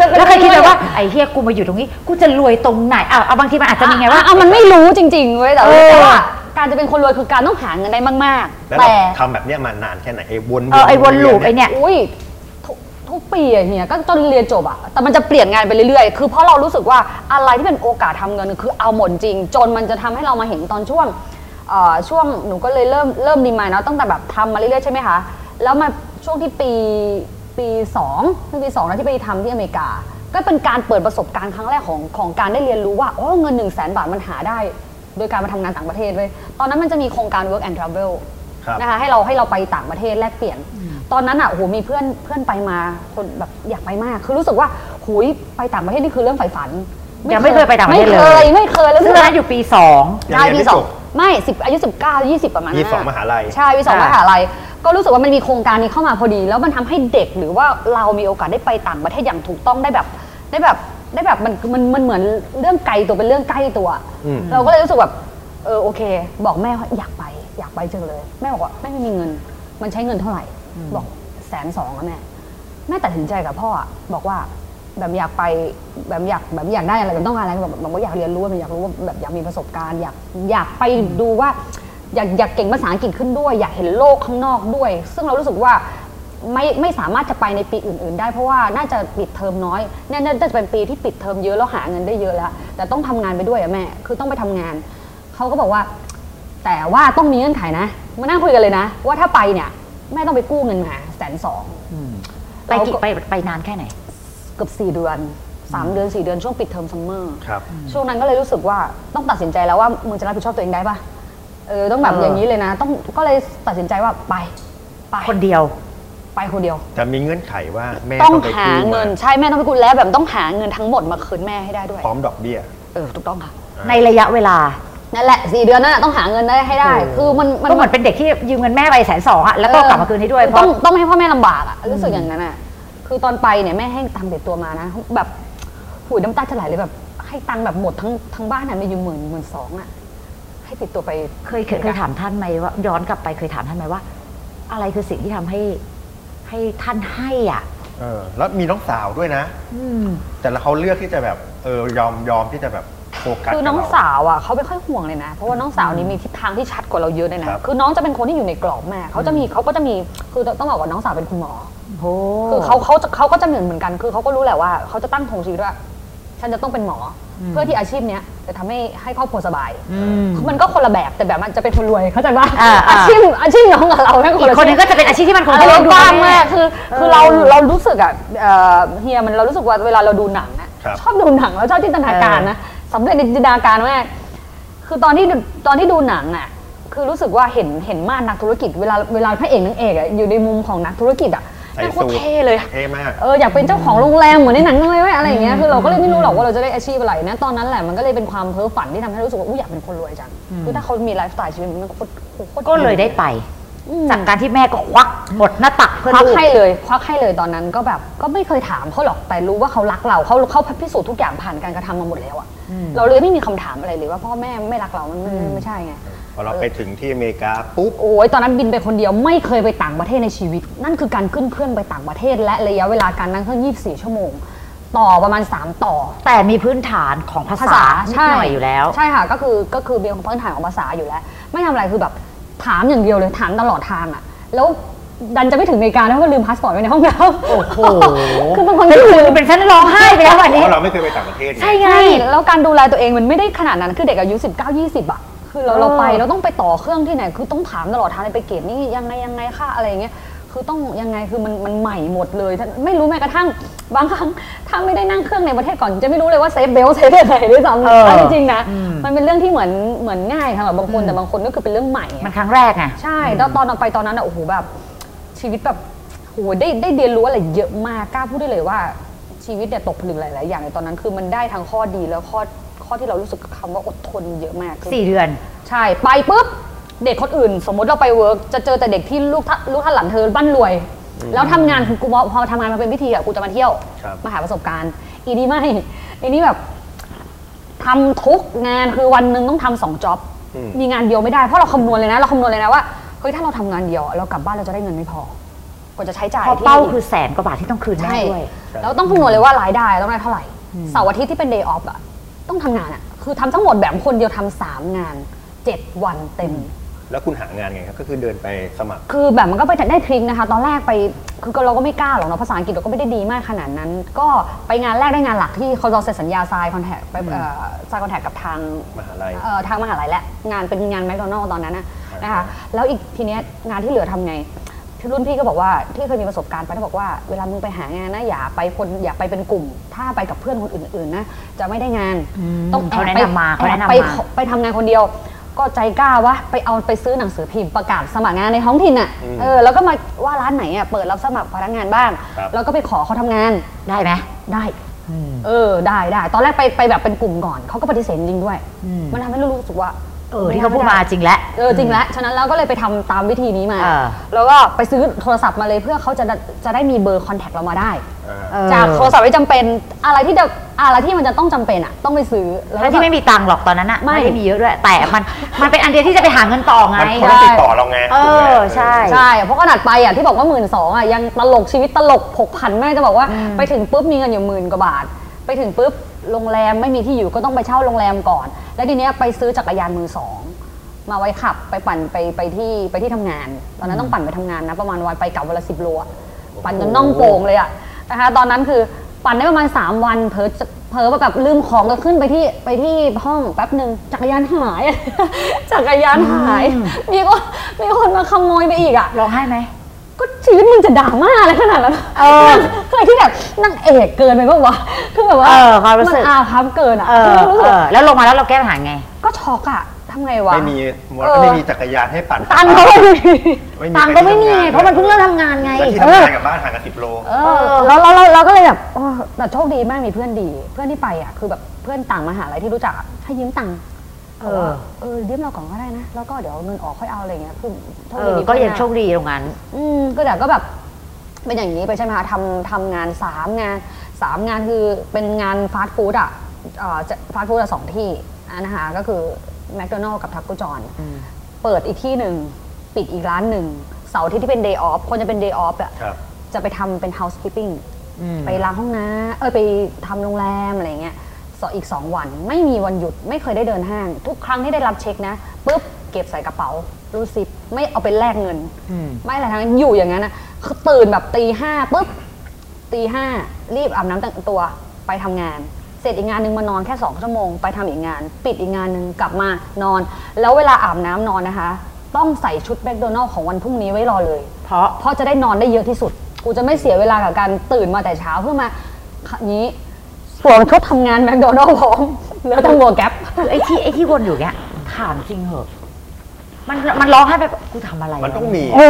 Speaker 3: จะป็น
Speaker 1: แล้วเคยคิดไหม
Speaker 3: นร
Speaker 1: ว่าไอ้เฮียกูมาอยู่ตรงนี้ กูจะรวยตรงไหนอ่ะเอาบางทีมันอาจจะมีไงว่า
Speaker 3: อ่ะเอามันไม่รู้จริงๆเว้ยแต่
Speaker 1: เออ
Speaker 3: แต่ว่าการจะเป็นคนรวยคือการต้องหาเงินได้มาก
Speaker 2: แล้ว
Speaker 3: ๆ
Speaker 2: เรา
Speaker 3: แต่
Speaker 2: ทำแบบเนี้ยมานานแค่ไหนไอ้วน
Speaker 1: เออไอ้วนลูปไอ้เนี่ย
Speaker 3: อุ้ยทุกทุกปีอะเฮียก็จนเรียนจบอะแต่มันจะเปลี่ยนงานไปเรื่อยๆ คือเพราะเรารู้สึกว่าอะไรที่เป็นโอกาสทำเงินคือเอาหมดจริง จนมันจะทำให้เรามาเห็นตอนช่วงเอ่อช่วงหนูก็เลยเริ่มเริ่มดีมายเนาะตั้งแต่แบบทำมาเรื่อยๆใช่ไหมคะ แล้วมาช่วงที่ปีปีสองปีสองนะที่ไปทำที่อเมริกา ก็เป็นการเปิดประสบการณ์ครั้งแรกของของการได้เรียนรู้ว่าอ๋อเงิน1นึ่งแสนบาทมันหาได้ โดยการมาทำงานต่างประเทศเว้ยตอนนั้นมันจะมีโครงการ work and travel
Speaker 2: ครับ
Speaker 3: นะคะให้เราให้เราไปต่างประเทศแลกเปลี่ยน ตอนนั้นอ่ะโอ้โหมีเพื่อนเพื่อนไปมาคนแบบอยากไปมาก คือรู้สึกว่าหูยไปต่างประเทศนี่คือเรื่องใฝ่ฝัน
Speaker 1: ยังไม่เคยไปต่างประเทศเลย
Speaker 3: ไม่เคยไม่เคยแล้ว
Speaker 1: ซึ่งตอนนั้นอยู่ปีสอง
Speaker 2: ยังเรียนไม่จบ
Speaker 3: ไม่สิบอายุสิบเก้ายี่สิบประมาณนั้น
Speaker 2: ยี่สิบสองม
Speaker 3: อะ
Speaker 2: หาลัย
Speaker 3: ใช่วิศ
Speaker 1: อ่า
Speaker 3: วะ
Speaker 1: ม
Speaker 3: หาลัยก็รู้สึกว่ามันมีโครงการนี้เข้ามาพอดี แล้วมันทำให้เด็กหรือว่าเรามีโอกาสได้ไปต่างประเทศอย่างถูกต้องได้แบบได้แบบได้แบบมันมันมันเหมือนเรื่องไกลตัวเป็นเรื่องใกล้ตัว
Speaker 2: อืม
Speaker 3: เราก็เลยรู้สึกแบบเออโอเค บอกแม่ว่าอยากไปอยากไปจังเลย แม่บอกว่าแม่ไม่มีเงิน มันใช้เงินเท่าไหร่ บอกแสนสองอะแม่แม่ตัดสินใจกับพ่ออะบอกว่าแบบอยากไปแบบอยากแบบอยากได้อะไรแบบต้องการอะไรแบบแบบว่าอยากเรียนรู้แบบอยากรู้ว่าแบบอยากมีประสบการณ์อยากอยากไปดูว่า อยากอยากเก่งภาษาอังกฤษขึ้นด้วย อยากเห็นโลกข้างนอกด้วย ซึ่งเรารู้สึกว่าไม่ไม่สามารถจะไปในปีอื่น ๆ ได้เพราะว่าน่าจะปิดเทอมน้อยแน่ๆน่าจะเป็นปีที่ปิดเทอมเยอะแล้วหาเงินได้เยอะแล้ว แต่ต้องทำงานไปด้วยอะแม่ คือต้องไปทำงาน เขาก็บอกว่า แต่ว่าต้องมีเงื่อนไขนะ มานั่งคุยกันเลยนะ ว่าถ้าไปเนี่ยแม่ต้องไปกู้เงินมาแสนสอง
Speaker 1: ไปกี่ไปไปนานแค่ไหน
Speaker 3: เกือบ4เดือน 3 เดือน 4 เดือนช่วงปิดเทอมซัมเมอร์
Speaker 2: ครับ
Speaker 3: ช่วงนั้นก็เลยรู้สึกว่าต้องตัดสินใจแล้วว่ามึงจะรับผิดชอบตัวเองได้ปะเออต้องแบบ
Speaker 1: เออ
Speaker 3: อ
Speaker 1: อ
Speaker 3: ย่างนี้เลยนะ ต้องก็เลยตัดสินใจว่าไปไป
Speaker 1: คนเดียว
Speaker 3: ไปคนเดียว
Speaker 2: แต่มีเงื่อนไขว่าแม่
Speaker 3: ต้
Speaker 2: ต้
Speaker 3: อ
Speaker 2: อง งไป
Speaker 3: หา
Speaker 2: กู้
Speaker 3: เงิ
Speaker 2: มาน
Speaker 3: ใช่แม่ต้องไปกู้แล้วแบบต้องหาเงินทั้งหมดมาคืนแม่ให้ได้ด้วย
Speaker 2: พร้อมดอกเบี้ย
Speaker 3: เออถูกต้องค่ะ
Speaker 1: ในระยะเวลา
Speaker 3: นั่นแหละสี่เดือนนั่นแหละต้องหาเงินได้ให้ได้ คือมันมัน
Speaker 1: ก็เหมือนเป็นเด็กที่ยืมเงินแม่ไปแสนสองอะแล้วก็กลับมาคืนให้ด้วยเพ
Speaker 3: ต้
Speaker 1: ราะ
Speaker 3: องต้องไม่ให้พ่อแม่ลำบากอะรู้สึกอย่างนั้นอะคือตอนไปเนี่ยแม่ให้ตังค์ติดตัวมานะ แบบหูยน้ำตาจะไหลเลยแบบ ให้ตังค์แบบหมดทั้งทั้งบ้านอะมีอยู่หมื่นหมื่นสองอะให้ติดตัวไป
Speaker 1: เคยเคยเคยถามท่านไหมว่าย้อนกลับไปเคยถามท่านไหมว่า อะไรคือสิ่งที่ทำให้ให้ท่านให้อ่ะ
Speaker 2: เออ แล้วมีน้องสาวด้วยนะ แต่ละเขาเลือกที่จะแบบ เออยอมยอมที่จะแบบโฟกัส
Speaker 3: คือน้อง
Speaker 2: กับเร
Speaker 3: สาวอะเขาไม่ค่อยห่วงเลยนะ เพราะว่าน้องสาวนี่มีทิศทางที่ชัดกว่าเราเยอะเลยนะครับ คือน้องจะเป็นคนที่อยู่ในกรอบแม่เขาจะมีเขาก็จะมีคือต้องบอกว่าน้องสาวเป็นคุณหมอ
Speaker 1: โห
Speaker 3: คือเขาเขาจะเขาก็จะเหมือนเหมือนกัน คือเขาก็รู้แหละว่าเขาจะตั้งธงชีวิตว่า ฉันจะต้องเป็นหมออเพื่อที่อาชีพเนี้ยจะทำให้ให้ครอบครัวสบาย มันก็คนละแบบแต่แบบมันจะเป็นคนรวยเข้าใจปะ
Speaker 1: อ่าอ่า
Speaker 3: อาชีพอาชีพน้องกับเราแม่ง
Speaker 1: อีกคนนึงก็จะเป็นอาชีพที่มันคง
Speaker 3: เรา
Speaker 1: ดู
Speaker 3: กว้าง
Speaker 1: แ
Speaker 3: มากคือ คือ
Speaker 1: เออ
Speaker 3: เราเรารู้สึกอ่ะเอ่อเฮียมันเรารู้สึกว่าเวลาเราดูหนังนะครับ ชอบดูหนังแล้วชอบจินตนาการนะสำเร็จในจินตนาการมากคือตอนที่ดูตอนที่ดูหนังอ่ะคือรู้สึกว่าเห็นเห็นมากนักธุรกิจเวลาเวลาพระเอกนางเอกอ่ะอยู่ในมุมของนักธุรกิจอ่ะ
Speaker 2: ใส่
Speaker 3: นั่งโคต
Speaker 2: สูท
Speaker 3: รเท่เลยอะ
Speaker 2: เท่มาก
Speaker 3: เอออยากเป็นเจ้าของโรงแรมเหมือนในหนังเลยเว้ยอะไรอย่างเงี้ยคือเราก็เลยไม่รู้หรอกว่าเราจะได้อาชีพอะไรนะตอนนั้นแหละมันก็เลยเป็นความเพ้อฝันที่ทำให้รู้สึกว่าอุ้ยอยากเป็นคนรวยจังคือถ้าเขามีไลฟ์สไตล์ชีวิตมันก็โคตรโคตร
Speaker 1: ก็เลยได้ไป
Speaker 3: อืม
Speaker 1: จากการที่แม่ก็ควักหมดหน้าตักเพื่อ
Speaker 3: ควัก
Speaker 1: ลูก
Speaker 3: ให้เลยควักให้เลยตอนนั้นก็แบบก็ไม่เคยถามเขาหรอกแต่รู้ว่าเขารักเราเขาเขาพิสูจน์ทุกอย่างผ่านการกระทำมาหมดแล้วอะ
Speaker 1: อืม
Speaker 3: เราเลยไม่มีคำถามอะไรเลยว่าพ่อแม่ไม่รักเรามันไม่ไม่ใช่ไง
Speaker 2: พอเราไปถึงที่อเมริกาปุ๊บ
Speaker 3: โอ้ยตอนนั้นบินไปคนเดียวไม่เคยไปต่างประเทศในชีวิต นั่นคือการขึ้นเครื่องไปต่างประเทศ และระยะเวลาการนั่งเครื่อง24 ชั่วโมง ต่อประมาณ 3 ต่อ
Speaker 1: แต่มีพื้นฐานของภาษานิด
Speaker 3: ใช่
Speaker 1: หน่อยอยู่แล้ว
Speaker 3: ใช่ค่ะก็คือก็คือเบียของพื้นฐานของภาษาอยู่แล้ว ไม่ทำอะไรคือแบบถามอย่างเดียวเลยถามตลอดทางอะแล้วดันจะไม่ถึงอเมริกานะเพราะว่าลืมพาสปอร์ตไว้ในห้องน้ำ
Speaker 1: โอ้โห
Speaker 3: คือบางคนก็ลืม
Speaker 1: เป็นฉันร้องไห้ไปแล้ววัน
Speaker 2: เพ
Speaker 1: นี้
Speaker 2: ราะเราไม่เคยไปต่างประเทศไง
Speaker 1: ใช่ไง
Speaker 3: ใช่แล้วการดูแลตัวเองมันไม่ได้ขนาดนั้นคือเด็กอายุ 19 20 อ่ะ คือเรา
Speaker 1: เออ
Speaker 3: เราไปเราต้องไปต่อเครื่องที่ไหน คือต้องถามตลอดทางเลยไปเกรดนี่ยังไงยังไงค่าอะไรอย่างเงี้ยคือต้องยังไงคือมันมันใหม่หมดเลยถ้าไม่รู้แม้กระทั่งบางครั้งถ้าไม่ได้นั่งเครื่องในประเทศก่อนจะไม่รู้เลยว่าเซฟเบลเซฟยังไงด้วยซ้
Speaker 1: เออ
Speaker 3: ำจริงๆนะ
Speaker 1: อืม
Speaker 3: มันเป็นเรื่องที่เหมือนเหมือนง่ายสำหรับบางคนแต่บางคนก็คือเป็นเรื่องใหม่อะ
Speaker 1: มันครั้งแรกไง
Speaker 3: ใช่แล้วตอนเราไปตอนนั้นอะโอ้โหแบบชีวิตแบบโหได้ได้เรียนรู้อะไรเยอะมากกล้าพูดได้เลยว่าชีวิตเนี่ยตกผลึกหลาย ๆ อย่างในตอนนั้นคือมันได้ทั้งข้อดีแล้วข้อข้อที่เรารู้สึกคำว่าอดทนเยอะมากคือ
Speaker 1: สี่เดือน
Speaker 3: ใช่ไปปุ๊บเด็กคนอื่น สมมติเราไปเวิร์กจะเจอแต่เด็กที่ลูกท่าลูกท่านหลานเธอบ้านรวย แล้วทำงานคือกูพอพอทำงานมาเป็นพิธีอะกูจะมาเที่ยว
Speaker 2: ครับ
Speaker 3: มาหาประสบการณ์อีนี่ไม่อีนี่แบบทำทุกงานคือวันหนึ่งต้องทำสองจ็อบ
Speaker 2: อืม
Speaker 3: มีงานเดียวไม่ได้เพราะเราคำนวณเลยนะ เราคำนวณเลยนะว่าเฮ้ยถ้าเราทำงานเดียวอะเรากลับบ้านเราจะได้เงินไม่พอกว่าจะใช้จ่าย
Speaker 1: พอเป้า
Speaker 3: ที่
Speaker 1: คือแสนกว่าบาทที่ต้องคืนแน่
Speaker 3: ใช่
Speaker 1: ด้วย
Speaker 3: เราต้องคำนวณเลยว่ารายได้ต้องได้เท่าไหร่เสาร์อาทิตย์ที่เป็น day off อะต้องทำงานอะคือทำทั้งหมดแบบคนเดียวทำสามงานเจ็ดวันเต็ม
Speaker 2: แล้วคุณหางานไงครับ ก็คือเดินไปสมัคร
Speaker 3: คือแบบมันก็ไปได้ทริคนะคะ ตอนแรกไปคือเราก็ไม่กล้าหรอกเนาะภาษาอังกฤษเราก็ไม่ได้ดีมากขนาดนั้น ก็ไปงานแรกได้งานหลักที่เขาเราเซ็นสัญญาทรายคอนแทคไปทรายคอนแทคกับทาง
Speaker 2: มหาลัย
Speaker 3: เอ่อทางมหาลัยแหละงานเป็นงานแมคโดนัลตอนนั้น
Speaker 2: ค
Speaker 3: นะ
Speaker 2: รับ
Speaker 3: นะคะแล้วอีกทีเนี้ยงานที่เหลือทำไงรุ่นพี่ก็บอกว่าที่เคยมีประสบการณ์ไปเขาบอกว่าเวลามึงไปหางานนะอย่าไปคนอย่าไปเป็นกลุ่ม ถ้าไปกับเพื่อนคนอื่นๆนะจะไม่ได้งาน
Speaker 1: อืม
Speaker 3: ต้อง
Speaker 1: เขาแนะนำมา
Speaker 3: แอ
Speaker 1: เขา
Speaker 3: บไป
Speaker 1: แนะนำมา
Speaker 3: ไปขอไปทำงานคนเดียว ก็ใจกล้าวะไปเอาไปซื้อหนังสือพิมพ์ประกาศสมัครงานในท้องถิ่นอ่ะ
Speaker 2: อืม
Speaker 3: เออแล้วก็มาว่าร้านไหนอ่ะเปิดรับสมัครพนักงานบ้าง
Speaker 2: ครับ
Speaker 3: แล้วก็ไปขอเขาทำงาน
Speaker 1: ได้ไหม
Speaker 3: ได้
Speaker 1: อืม
Speaker 3: เออได้ได้ตอนแรกไปไปแบบเป็นกลุ่มก่อนเขาก็ปฏิเสธจริงๆด้วย
Speaker 1: อืม
Speaker 3: มันทำให้เรารู้สึกว่า
Speaker 1: เออที่เขาพูดมาจริงแหละ
Speaker 3: เออจริงแล้วฉะนั้นเราก็เลยไปทำตามวิธีนี้มา
Speaker 1: อ่า
Speaker 3: แล้วก็ไปซื้อโทรศัพท์มาเลยเพื่อเขาจะได้จะได้มีเบอร์คอนแทคเรามาได้
Speaker 2: อ่า
Speaker 1: เออ
Speaker 3: จากโทรศัพท์ที่จำเป็นอะไรที่จะอะไรที่มันจะต้องจำเป็นอ่ะต้องไปซื้อแล้ว
Speaker 1: ทั้งที่ไม่
Speaker 3: ก็
Speaker 1: มีตังค์หรอกตอนนั้นอะ
Speaker 3: ไม่
Speaker 1: ไม่ได้มีเยอะด้วย แต่ มันมันเป็นอันเดียวที่จะไปหาเงินต่อไง
Speaker 2: มันคนต้องติดต่อเราไง
Speaker 1: เออ
Speaker 2: ถูกไหม
Speaker 1: ใช่
Speaker 3: ใช่เพราะขนาดไปอ่ะที่บอกว่าหมื่นสองอ่ะยังตลกชีวิตตลกผกผันแม่จะบอกว่าไปถึงปุ๊บมีเงินอยู่หมื่นกว่าบาท ไปถึงปุ๊บโรงแรมไม่มีที่อยู่ก็ต้องไปเช่าโรงแรมก่อน แล้วทีเนี้ยไปซื้อจักรยานมือสองมาไว้ขับไปปั่นไปไปที่ไปที่ทำงาน ตอนนั้นต้องปั่นไปทำงานนะประมาณวันไปกลับวันละสิบโลอะปั่นจนน่องโป่งเลยอ่ะนะคะตอนนั้นคือปั่นได้ประมาณ 3 วันเผลอเผลอแบบลืมของก็ขึ้นไปที่ไปที่ห้องแป๊บหนึ่งจักรยานหาย จักรยานหายมีก็มีคนมาขโมยไปอีกอ่ะ
Speaker 1: ร้องไห้ไหม
Speaker 3: ก็ชีวิตมึงจะดราม่าอะไรขนาดนั้น
Speaker 1: เออ
Speaker 3: เคยที่แบบนางเอกเกินไปปะวะ คือแบบว่า
Speaker 1: เออความรู้สึก
Speaker 3: นอาพับเกินอ่ะ
Speaker 1: เออ
Speaker 3: คือรู้
Speaker 1: เอ
Speaker 3: สึก
Speaker 1: อแล้วลงมาแล้วเราแก้ปัญหาไง
Speaker 3: ก็ช็อกอ่ะทำไงวะ
Speaker 2: ไม่มี
Speaker 3: เออ
Speaker 2: ไม่มีจักรยานให้ปั่น
Speaker 3: ตันเขาไม่มี
Speaker 1: ตังค์ก็ไม่มีไงเพราะมันเพิ่งเริ่มทำงานไง
Speaker 2: แล้วที่ทำงานกับบ้านห่างกันสิบโล
Speaker 3: เออแล้วเราเราก็เลยแบบเออแต่โชคดีมากมีเพื่อนดี เพื่อนที่ไปอ่ะคือแบบเพื่อนต่างมหาลัยที่รู้จักอะให้ยืมตังค์
Speaker 1: เออ
Speaker 3: บอกว่าเออยืมเราก่อนก็ได้นะ แล้วก็เดี๋ยวเอาเงินออกค่อยเอาอะไรเงี้ยคือโชค
Speaker 1: เอ
Speaker 3: ดี
Speaker 1: อ
Speaker 3: มี
Speaker 1: ก็
Speaker 3: เพื่อน
Speaker 1: ยัง
Speaker 3: อะ
Speaker 1: โชคดีตรงนั้น
Speaker 3: อืมก็แต่ก็แบบเป็นอย่างนี้ไปใช่ไหมคะทำทำงานสามงานสามงานคือเป็นงานฟาสต์ฟู้ดอ่ะฟาสต์ฟู้ดอะสองที่อ่ะนะคะก็คือแมคโดนัลล์กับทักกุจอน
Speaker 1: อืม
Speaker 3: เปิดอีกที่หนึ่ง ปิดอีกร้านหนึ่ง เสาร์อาที่ที่เป็น day off คนจะเป็น day off อ่ะ
Speaker 2: ครับ
Speaker 3: จะไปทำเป็น housekeeping
Speaker 1: อืม
Speaker 3: ไปล้างห้องน้ำเออไปทำโรงแรมอะไรเงี้ยสออีก 2 วันไม่มีวันหยุดไม่เคยได้เดินห้าง ทุกครั้งที่ได้รับเช็คนะปุ๊บเก็บใส่กระเป๋ารูดซิปไม่เอาไปแลกเงิน
Speaker 1: อืม
Speaker 3: ไม่อะไรทั้งนั้นอยู่อย่างนั้นนะคือตื่นแบบตีห้าปุ๊บตีห้ารีบอาบน้ำแต่งตัวไปทำงาน เสร็จอีกงานหนึ่งมานอนแค่สองชั่วโมงไปทำอีกงาน ปิดอีกงานหนึ่งกลับมานอน แล้วเวลาอาบน้ำนอนนะคะ ต้องใส่ชุดแมคโดนัลล์ของวันพรุ่งนี้ไว้รอเลย
Speaker 1: เพราะ
Speaker 3: เพราะจะได้นอนได้เยอะที่สุด กูจะไม่เสียเวลากับการตื่นมาแต่เช้าเพื่อมาคนี้สวมชุดทำงานแมคโดนัลล์พร้อมแล้วต้องโมแก๊ป
Speaker 1: คือไอ้ที่ไอ้ที่วนอยู่เนี้ยถามจริงเหอะมันมันร้องไห้แบบกูทำอะไรวะ
Speaker 2: มันต้องมี
Speaker 1: โอ้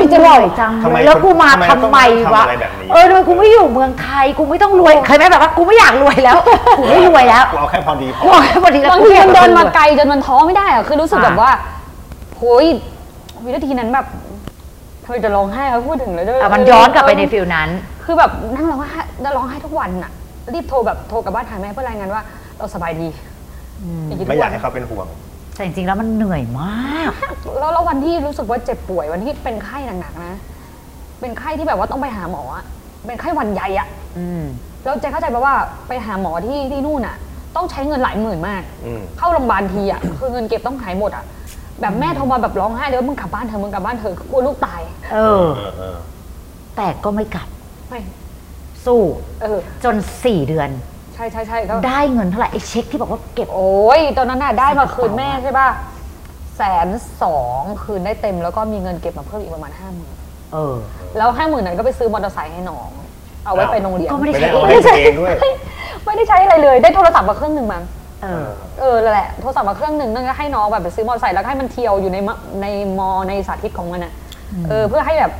Speaker 1: ยจะบ่อยจัง
Speaker 2: ทำไม
Speaker 1: แล้วกูมาทำ
Speaker 2: ทำ
Speaker 1: ไม
Speaker 2: ไม
Speaker 1: วะ
Speaker 2: ทำอะไรแบบนี้
Speaker 1: เออทำไมกูไม่อยู่เมืองไทยกูไม่ต้องรวยเคยไหมแบบว่ากูไม่อยากรวยแล้วกูไม่รวยแล้ว
Speaker 2: กูเอาแค่พอดีพ
Speaker 1: กูบ
Speaker 2: อ
Speaker 1: อกให้พอดีแล้ว
Speaker 3: บาง
Speaker 1: กู
Speaker 3: ที
Speaker 1: อย
Speaker 3: มัน
Speaker 1: ก
Speaker 3: เดิน
Speaker 1: รว
Speaker 3: มาย ไกลจนมันท้อไม่ได้อะคือรู้สึก
Speaker 1: อ่า
Speaker 3: แบบว่าโอ้ยวินาทีนั้นแบบทำไมจะร้องไห้อะพูดถึงเลย
Speaker 1: อ่ะมันย้อนกลับไปในฟิลนั้น
Speaker 3: คือแบบนั่งร้องไห้แล้วร้องไห้ทุกวันอะรีบโทรแบบโทรกลับบ้านหาแม่เพื่อรายงานว่า เราสบายดีอีก
Speaker 2: ไม่
Speaker 3: ทุก
Speaker 2: อยา
Speaker 3: วั
Speaker 2: ก
Speaker 3: น
Speaker 2: ให้เขาเป็นห่วง
Speaker 1: แต่จริงๆแล้วมันเหนื่อยมาก
Speaker 3: แล้วแล้ววันที่รู้สึกว่าเจ็บป่วยวันที่เป็นไข้หนักๆนะ เป็นไข้ที่แบบว่าต้องไปหาหมออะเป็นไข้หวันใหญ่อะแล้วเจ๊เข้าใจปะว่าไปหาหมอที่ที่นู่นอะต้องใช้เงินหลายหมื่นมาก
Speaker 2: อืม
Speaker 3: เข้าโรงพยาบาลทีอ่ะ คือเงินเก็บต้องหายหมดอ่ะ แบบแม่โทรมาแบบร้องไห้เลยว่ามึงกลับบ้านเถอะมึงกลับบ้านเถอะกลัวลูกตาย
Speaker 1: เออ แต่ก็ไม่กลับ
Speaker 3: ไม่
Speaker 1: สู้
Speaker 3: เออ
Speaker 1: จน 4 เดือน
Speaker 3: ใช่ใช่ใช่ก็
Speaker 1: ได้เงินเท่าไหร่ไอ้เช็คที่บอกว่าเก็บ
Speaker 3: โอ้ยตอนนั้นน่ะได้มาคืนแม่ใช่ป่ะแสนสองคืนได้เต็มแล้วก็มีเงินเก็บมาเพิ่มอีกประมาณห้าหมื่น
Speaker 1: เออ
Speaker 3: แล้วห้าหมื่นนั้นก็ไปซื้อมอเตอร์ไซค์ให้น้อง เอาไว้
Speaker 2: อ้าว
Speaker 3: ไปโรงเรียน
Speaker 1: ก็ไม่ได้
Speaker 2: ไม่ได้เอาไปตัวเองด้วย
Speaker 3: ไม่ได้ใช้อะไรเลย ได้โทรศัพท์มาเครื่องหนึ่งมั้ง
Speaker 1: เออ
Speaker 3: เออแหละโทรศัพท์มาเครื่องหนึ่งนั่นก็ให้น้องแบบไปซื้อมอเตอร์ไซค์แล้วก็ให้มันเที่ยวอยู่ในมะในมอในสาธิตของมันอ่ะเออเพื่อให้แบบ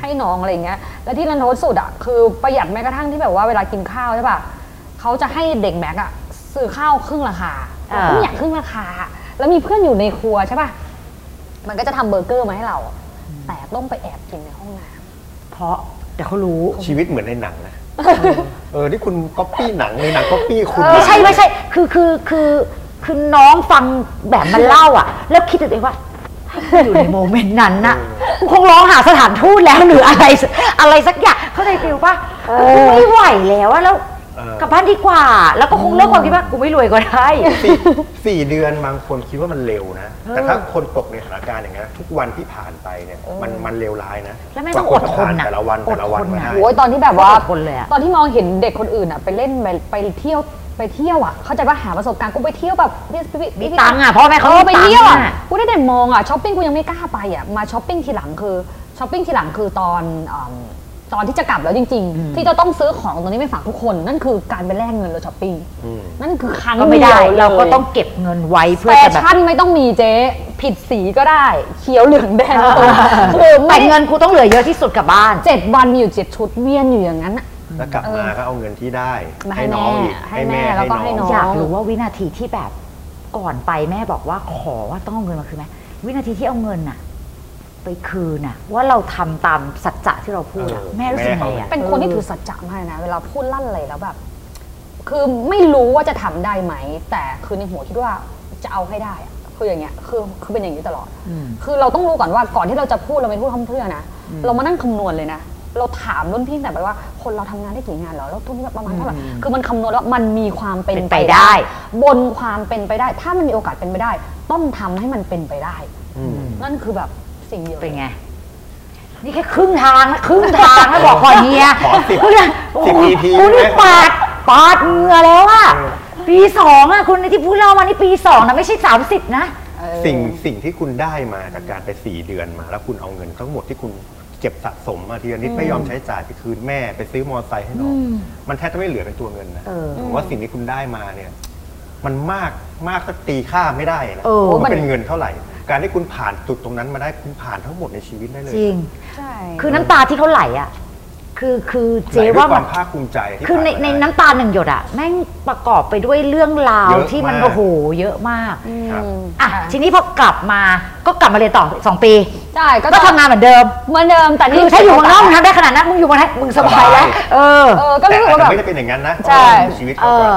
Speaker 3: ให้น้องอะไรอย่างเงี้ย แล้วที่รันทดสุดอ่ะคือประหยัดแม้กระทั่งที่แบบว่าเวลากินข้าวใช่ป่ะเขาจะให้เด็กแม็กอ่ะซื้อข้าวครึ่งราคา
Speaker 1: อ่า
Speaker 3: เราก็ไม่อยากครึ่งราคา แล้วมีเพื่อนอยู่ในครัวใช่ป่ะมันก็จะทำเบอร์เกอร์มาให้เรา แต่ต้องไปแอบกินในห้องน้
Speaker 1: เพราะเดี๋ยวเขารู้
Speaker 2: ชีวิตเหมือนในหนังนะ เออ ที่คุณก๊อปปี้หนังในหนังก๊อปปี้คุณ
Speaker 1: ไม่ใช่ไม่ใช่ คือคือคือคือน้องฟังแบบมันเล่าอ่ะ แล้วคิดตัวเองว่าอยู่ในโมเมนต์นั้นน่ะกูคงร้องหาสถานทูตแล้วหรืออะไรอะไรสักอย่างเข้าใจฟิลป่ะกูไม่ไหวแล้วอะแล้ว
Speaker 2: เออ
Speaker 1: กลับบ้านดีกว่า แล้วก็คงเลิกความคิดว่ากูไม่รวยก็ได้
Speaker 2: สี่สี่เดือนบางคนคิดว่ามันเร็วนะ แต่ถ้าคนตกในสถานการณ์อย่างนี้นทุกวันที่ผ่านไปเนี่ย มันมันเลวร้ายนะ
Speaker 1: แล้วแม่งต้อง
Speaker 2: กว่าจะผ่า
Speaker 1: อดทนน่ะ
Speaker 2: แต่ละวันแต่ละวัน
Speaker 1: อดทนน่ะ
Speaker 2: มาได้
Speaker 3: ำโอ้ยตอนที่แบบว่า
Speaker 1: โคตรอดทนเลยอะ
Speaker 3: ตอนที่มองเห็นเด็กคนอื่นอ่ะไปเล่นไปไปเที่ยวไปเที่ยวอ่ะเข้าใจว่าหาประสบการณ์กูไปเที่ยวแบบพี่พี่พี่
Speaker 1: มีตังค์อ่ะพ่อแม่เขา
Speaker 3: เออไปเที่ยว
Speaker 1: มีตัง
Speaker 3: อ่ะ
Speaker 1: ค์อะ
Speaker 3: กูได้แต่มองอ่ะช้อปปิ้งกูยังไม่กล้าไปอ่ะมาช้อปปิ้งทีหลังคือช้อปปิ้งทีหลังคือตอนอืมตอนที่จะกลับแล้วจริง ๆ ที่จะต้องซื้อของตรงนี้ไปฝากทุกคน นั่นคือการไปแลกเงินหรือช้อปปิ้งนั่นคือครั้ง
Speaker 1: ก็ไม่ได้
Speaker 3: ยวลย
Speaker 1: เราก็ต้องเก็บเงินไว้เพื่อ
Speaker 3: แฟ
Speaker 1: จะแบบ
Speaker 3: ชั่นไม่ต้องมีเจ๊ผิดสีก็ได้ เขียวเหลืองแดง คือ
Speaker 1: แต่
Speaker 3: ไม่
Speaker 1: เงินกูต้องเหลือเยอะที่สุดกลับบ้าน
Speaker 3: เจ็ดวันมีอยู่เจ็ดชุดเวียนอยู่อย่างนั้นอะ
Speaker 2: แล้วกลับมาก็เอาเงินที่ได้
Speaker 3: มาให้
Speaker 2: ให้น้องอีก
Speaker 3: แม่ให้แม่แล้วก็ให้น้
Speaker 1: อยากรู้ว่าวินาทีที่แบบก่อนไปแม่บอกว่าขอว่าต้องเอาเงินมาคืนไหมวินาทีที่เอาเงินน่ะ ไปคืนน่ะ ว่าเราทำตามสัจจะที่เราพูดอะ
Speaker 2: เออ
Speaker 1: แม่รู้สึกไง
Speaker 2: แม่
Speaker 1: อ่ะ
Speaker 2: เขา
Speaker 3: เป็นคนที่ถือสัจจะมากนะเวลาพูดลั่นเลยแล้วแบบ คือไม่รู้ว่าจะทำได้ไหม แต่คือในหัวคิดว่าจะเอาให้ได้อะคืออย่างเงี้ยคือคือเป็นอย่างนี้ตลอด คือเราต้องรู้ก่อนว่าก่อนที่เราจะพูดเราไม่พูดคำเพื่อนะเรามานั่งคำนวณเลยนะเราถามรุ่นพี่ตั้งแต่ไปว่า คนเราทำงานได้กี่งานเหรอแล้วทุนประมาณเท่าไหร่คือมันคำนวณแล้วมันมีความเป็น
Speaker 1: เป็นไปได้
Speaker 3: บนความเป็นไปได้ ถ้ามันมีโอกาสเป็นไปได้ ต้องทำให้มันเป็นไปได้
Speaker 2: อืม
Speaker 3: นั่นคือแบบสิ่งเดียว
Speaker 1: เป็นไง นี่แค่ครึ่งทางนะครึ่งทางนะบอกก่อนเฮีย
Speaker 2: ขอสิบ
Speaker 1: คุณน่ะ
Speaker 2: สิบ EP
Speaker 1: คุณนี่
Speaker 2: ไหม
Speaker 1: ปาดปาดเหงื่อแล้วอะ
Speaker 2: เออ
Speaker 1: ปีสองอะคุณที่พูดเล่ามานี่ปีสองนะไม่ใช่สามสิบนะ
Speaker 2: สิ่งสิ่งที่คุณได้มาจากการไปสี่เดือนมา แล้วคุณเอาเงินทั้งหมดที่คุณเก็บสะสมมาทีละนิดไม่ยอมใช้จ่ายไปคืนแม่ไปซื้อมอเตอร์ไซค์ให้น้องมันแทบจะไม่เหลือเป็นตัวเงินนะ
Speaker 1: เออ
Speaker 2: ผมว่าสิ่งที่คุณได้มาเนี่ย มันมากมากสักตีค่าไม่ได้นะ
Speaker 1: เออ
Speaker 2: ว่ามัน
Speaker 3: มัน
Speaker 2: เป็นเงินเท่าไหร่ การที่คุณผ่านจุดตรงนั้นมาได้คุณผ่านทั้งหมดในชีวิตได้เลย
Speaker 1: จริง
Speaker 3: ใช่
Speaker 1: คือน้ำตาที่เขาไหลอะคือคือ
Speaker 2: ไหล
Speaker 1: เจ๊
Speaker 2: ด้วย
Speaker 1: ว่า
Speaker 2: ค
Speaker 1: มั
Speaker 2: วาน มภาคภูมิใจที่
Speaker 1: คือใน
Speaker 2: ผ่ามา
Speaker 1: ใน
Speaker 2: ได้
Speaker 1: น้ำตาหนึ่งหยดอะแม่งประกอบไปด้วยเรื่องราว
Speaker 2: เยอะ
Speaker 1: ที่มัน
Speaker 2: มาก
Speaker 1: โอ้โหเยอะมาก
Speaker 2: ครับ
Speaker 1: อ่ะ
Speaker 3: ค่ะ
Speaker 1: ทีนี้พอกลับมาก็กลับมาเรียนต่อสองปี
Speaker 3: ใช่ก็
Speaker 1: ก็
Speaker 3: จะ
Speaker 1: ทำงานเหมือนเดิม
Speaker 3: เหมือนเดิมแต่
Speaker 1: คื
Speaker 3: นี่
Speaker 1: อถ้าอยู่เมืองนอกมึงทำได้ขนาดนั้นมึงอยู่เมืองไทยมึงสบายแล้ว
Speaker 2: สบาย
Speaker 1: เออ
Speaker 3: เออก็
Speaker 2: แต่
Speaker 3: รู้สึก
Speaker 2: อาจ
Speaker 3: ว่าแบ
Speaker 2: จะ
Speaker 3: บ
Speaker 2: ไม่ได้เป็นอย่างนั้นนะ
Speaker 3: ใช่
Speaker 2: ชีวิต
Speaker 1: เอ
Speaker 2: เขาก็
Speaker 1: อ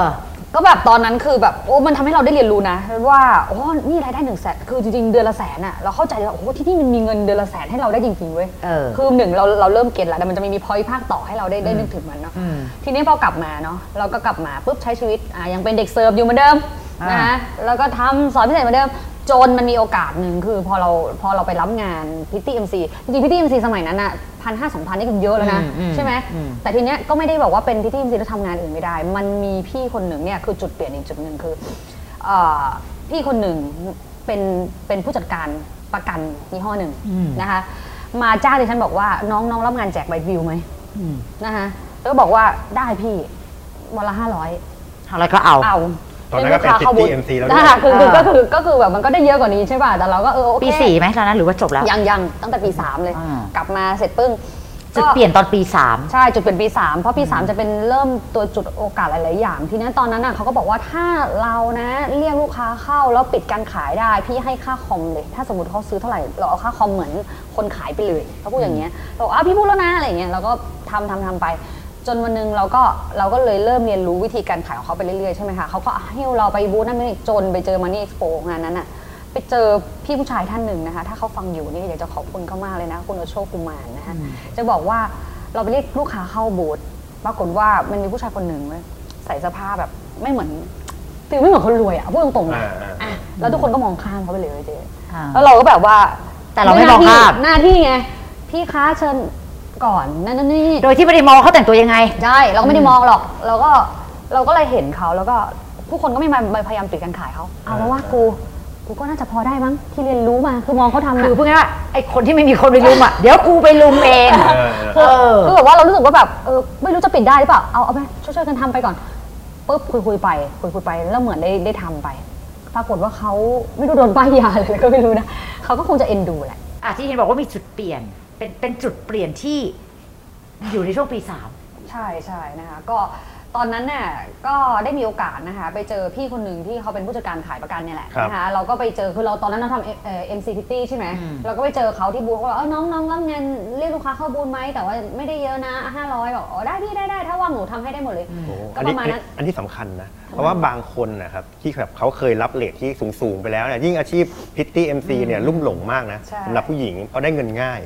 Speaker 3: ก็แบบตอนนั้นคือแบบโอ้มันทำให้เราได้เรียนรู้นะ ว่าโอ้นี่รายได้หนึ่งแสนคือจริงๆเดือนละแสนอะเราเข้าใจเลยว่าโอ้ที่นี่มันมีเงินเดือนละแสนให้เราได้จริงๆเว้ย
Speaker 1: เออ
Speaker 3: คือหนึ่งเราเราเริ่มเก็ตแล้วแต่มันจะมีมีพอยภาคต่อให้เราได้ได้นึกถึงมันเนาะ
Speaker 1: อืม
Speaker 3: ทีนี้พอกลับมาเนาะเราก็กลับมาปุ๊บใช้ชีวิตอ่ะยังเป็นเด็กเสิร์ฟอยู่เหมือนเดิม
Speaker 1: อ่าน
Speaker 3: นะคะแล้วก็ทำสอนพิเศษเหมือนเดิมจนมันมีโอกาสหนึ่งคือพอเราพอเราไปรับงานพิตตี้เอ็มซีจริงๆพิตตี้เอ็มซีสมัยนั้นอะพันห้าสองพันนี่ก็เยอะแล้วนะ
Speaker 1: อืมอืม
Speaker 3: ใช่ไหม
Speaker 1: อืม
Speaker 3: แต่ทีเนี้ยก็ไม่ได้บอกว่าเป็นที่ที่จริงๆแล้วทำงานอื่นไม่ได้ มันมีพี่คนหนึ่งเนี่ยคือจุดเปลี่ยนอีกจุดหนึ่งคือเออพี่คนหนึ่งเป็นเป็นผู้จัดการประกันยี่ห้อหนึ่งนะคะ มาจ้างดิฉันบอกว่าน้องน้องรับงานแจกใบวิวไหมนะคะแล้วก็บอกว่าได้พี่วันละห้าร้อย
Speaker 1: อะไรก็เอา
Speaker 3: เอา
Speaker 2: ตอนนั้นก็เป็น
Speaker 3: รียลูค้าข้าบูธ
Speaker 2: 50 MC แล้วด้วย
Speaker 3: นะคะคือคือ
Speaker 1: เออ
Speaker 3: ก็คือก็คือแบบมันก็ได้เยอะกว่านี้ใช่ป่ะแต่เราก็เออโอเค
Speaker 1: ปีสี่ไหมตอนนั้นหรือว่าจบแล้ว
Speaker 3: ยังยังตั้งแต่ปีสามเลย
Speaker 1: อ่า
Speaker 3: กลับมาเสร็จปึ้ง
Speaker 1: จุด
Speaker 3: ก็
Speaker 1: เปลี่ยนตอนปีสาม
Speaker 3: ใช่ จุดเปลี่ยนปี 3 เพราะปี 3 จะเป็นเริ่มตัวจุดโอกาสหลาย ๆ อย่าง ทีนั้นตอนนั้นน่ะเขาก็บอกว่าถ้าเรานะเรียกลูกค้าเข้าแล้วปิดการขายได้ พี่ให้ค่าคอมเลย ถ้าสมมติเขาซื้อเท่าไหร่ เราเอาค่าคอมเหมือนคนขายไปเลยเขาพูดอย่างเงี้ยเราบอกอ่ะพี่พูดแล้วนะอะไรอย่างเงี้ยเราก็ทำทำทำไป จนวันหนึงเราก็เราก็เลยเริ่มเรียนรู้วิธีการขายของเขาไปเรื่อยๆใช่ไหมคะเขาก็ให้เราไปบูธนั่นนี่จนไปเจอมานี่เอ็กซ์โปงานนั้นอะไปเจอพี่ผู้ชายท่านหนึ่งนะคะ ถ้าเขาฟังอยู่นี่อยากจะขอบคุณเขามากเลยนะ คุณโอโชกุมารนะคะจะบอกว่าเราไปเรียกลูกค้าเข้าบูธปรากฏว่ามันมีผู้ชายคนหนึ่งเว้ยใส่เสื้อผ้าแบบไม่เหมือนฟิลไม่เหมือนคนรวยอะพูดตรงๆนะ
Speaker 2: อ่าอ่า
Speaker 3: อ่ะแล้วทุกคนก็มองข้ามเขาไปเลยเว้ยเจ๊
Speaker 1: อ่า
Speaker 3: แล้วเราก็แบบว่า
Speaker 1: แต่เราไม่มองภาพ
Speaker 3: หน้าที่ไง พี่คะเชิญก่อนนั่นนั่นนี่
Speaker 1: โดยที่ไม่ได้มองว่าเขาแต่งตัวยังไง
Speaker 3: ใช่เราก็ไม่ได้มองหรอก เราก็เราก็เลยเห็นเขาแล้วก็ผู้คนก็ไม่มาพยายามปิดการขายเขาเอาแล้วว่ากู กูก็น่าจะพอได้มั้งที่เรียนรู้มาคือมองเขาทำะ
Speaker 1: คือพูดง่ายๆว่าไอคนที่ไม่มีคนไปลุมอ่ะ เดี๋ยวกูไปลุมเอง
Speaker 2: เออเอ
Speaker 1: เอ
Speaker 2: อ
Speaker 1: อ
Speaker 3: คือแบบว่าเรารู้สึกว่าแบบเออไม่รู้จะปิดได้หรือเปล่าเอาเอาไปช่วยๆกันทำไปก่อนปุ๊บคุยคุยๆไปคุยคุยๆไปแล้วเหมือนได้ได้ทำไป ปรากฏว่าเขาไม่รู้โดนป้ายยาเลย ก็ไม่รู้นะเขาก็คงจะเอ็นดูแหละ
Speaker 1: อ่ะที่เห็นบอกว่ามีจุดเปลี่ยน เป็นเป็นจุดเปลี่ยนที่อยู่ในช่วงปีสาม
Speaker 3: ใช่ใช่นะคะก็ตอนนั้นเนี่ยก็ได้มีโอกาสนะคะไปเจอพี่คนหนึ่งที่เขาเป็นผู้จัดการขายประกันเนี่ยแหละ
Speaker 2: ครับ
Speaker 3: นะคะเราก็ไปเจอคือเราตอนนั้นเราทำเอ่อเอ่อ็มซีพิตี้ใช่ไหม
Speaker 1: อืม
Speaker 3: เราก็ไปเจอเขาที่บูธเขาบอกเออน้องน้องรับเงินเรียกลูกค้าเข้าบูธไหมแต่ว่าไม่ได้เยอะนะห้าร้อยบอกอ๋อได้พี่ได้ได้ถ้าว่างหนูทำให้ได้หมดเลย
Speaker 2: โอ้
Speaker 3: ก็
Speaker 2: อัน
Speaker 3: ป
Speaker 2: นี้
Speaker 3: ระมาณนั้น
Speaker 2: อันนี้สำคัญนะ เพราะว่าบางคนนะครับที่แบบเขาเคยรับเลทที่สูง ๆ ไปแล้วเนี่ยยิ่งอาชีพพิตตี้เอ็มซีเนี่ยลุ่มหลงมากนะ
Speaker 3: ใช่
Speaker 2: สำหรับผู้หญิงเพราะได้เงินง่าย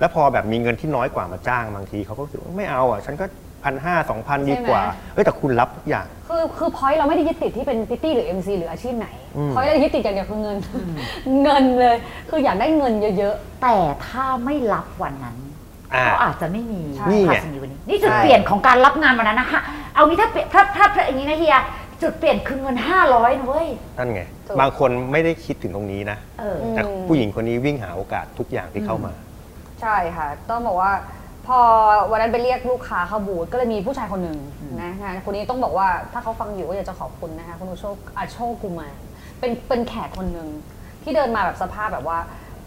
Speaker 2: แล้วพอแบบมีเงินที่น้อยกว่ามาจ้างบางทีเขาก็รู้สึกว่าไม่เอาอ่ะ ฉันก็พันห้าสองพันดีกว่าเอ้ยแต่คุณรับทุกอย่าง
Speaker 3: คือคือพอยเราไม่ได้ยึดติดที่เป็นพิตตี้หรือ MC หรืออาชีพไหน
Speaker 2: อืม
Speaker 3: พอยเรายึดติดอย่างเดียวคือเงิน เงินเลย คืออยากได้เงินเยอะ
Speaker 1: แต่ถ้าไม่รับวันนั้น
Speaker 2: อ่า
Speaker 1: ก็อาจจะไม่มี
Speaker 3: ใช่
Speaker 2: นี่ไง
Speaker 1: ภาษีวันนี้ นี่จุดเปลี่ยนของการรับงานวันนั้นนะฮะเอางี้ถ้าเปลี่ยนถ้าถ้าถ้าอย่างนี้นะเฮียจุดเปลี่ยนคือเงิน 500นะเว้ย
Speaker 2: นั่นไง
Speaker 3: ถูก
Speaker 2: บางคนไม่ได้คิดถึงตรงนี้นะ
Speaker 1: เออ
Speaker 3: อืม
Speaker 2: แต่ผู้หญิงคนนี้วิ่งหาโอกาสทุกอย่างที่เข้ามา
Speaker 3: ใช่ค่ะ ต้องบอกว่าพอวันนั้นไปเรียกลูกค้าเข้าบูธก็เลยมีผู้ชายคนหนึ่งนะคะคนนี้ต้องบอกว่าถ้าเขาฟังอยู่ก็อยากจะขอบคุณนะคะคุณโชคอาโชคกุมารเป็นเป็นแขกคนหนึ่งที่เดินมาแบบสภาพแบบว่า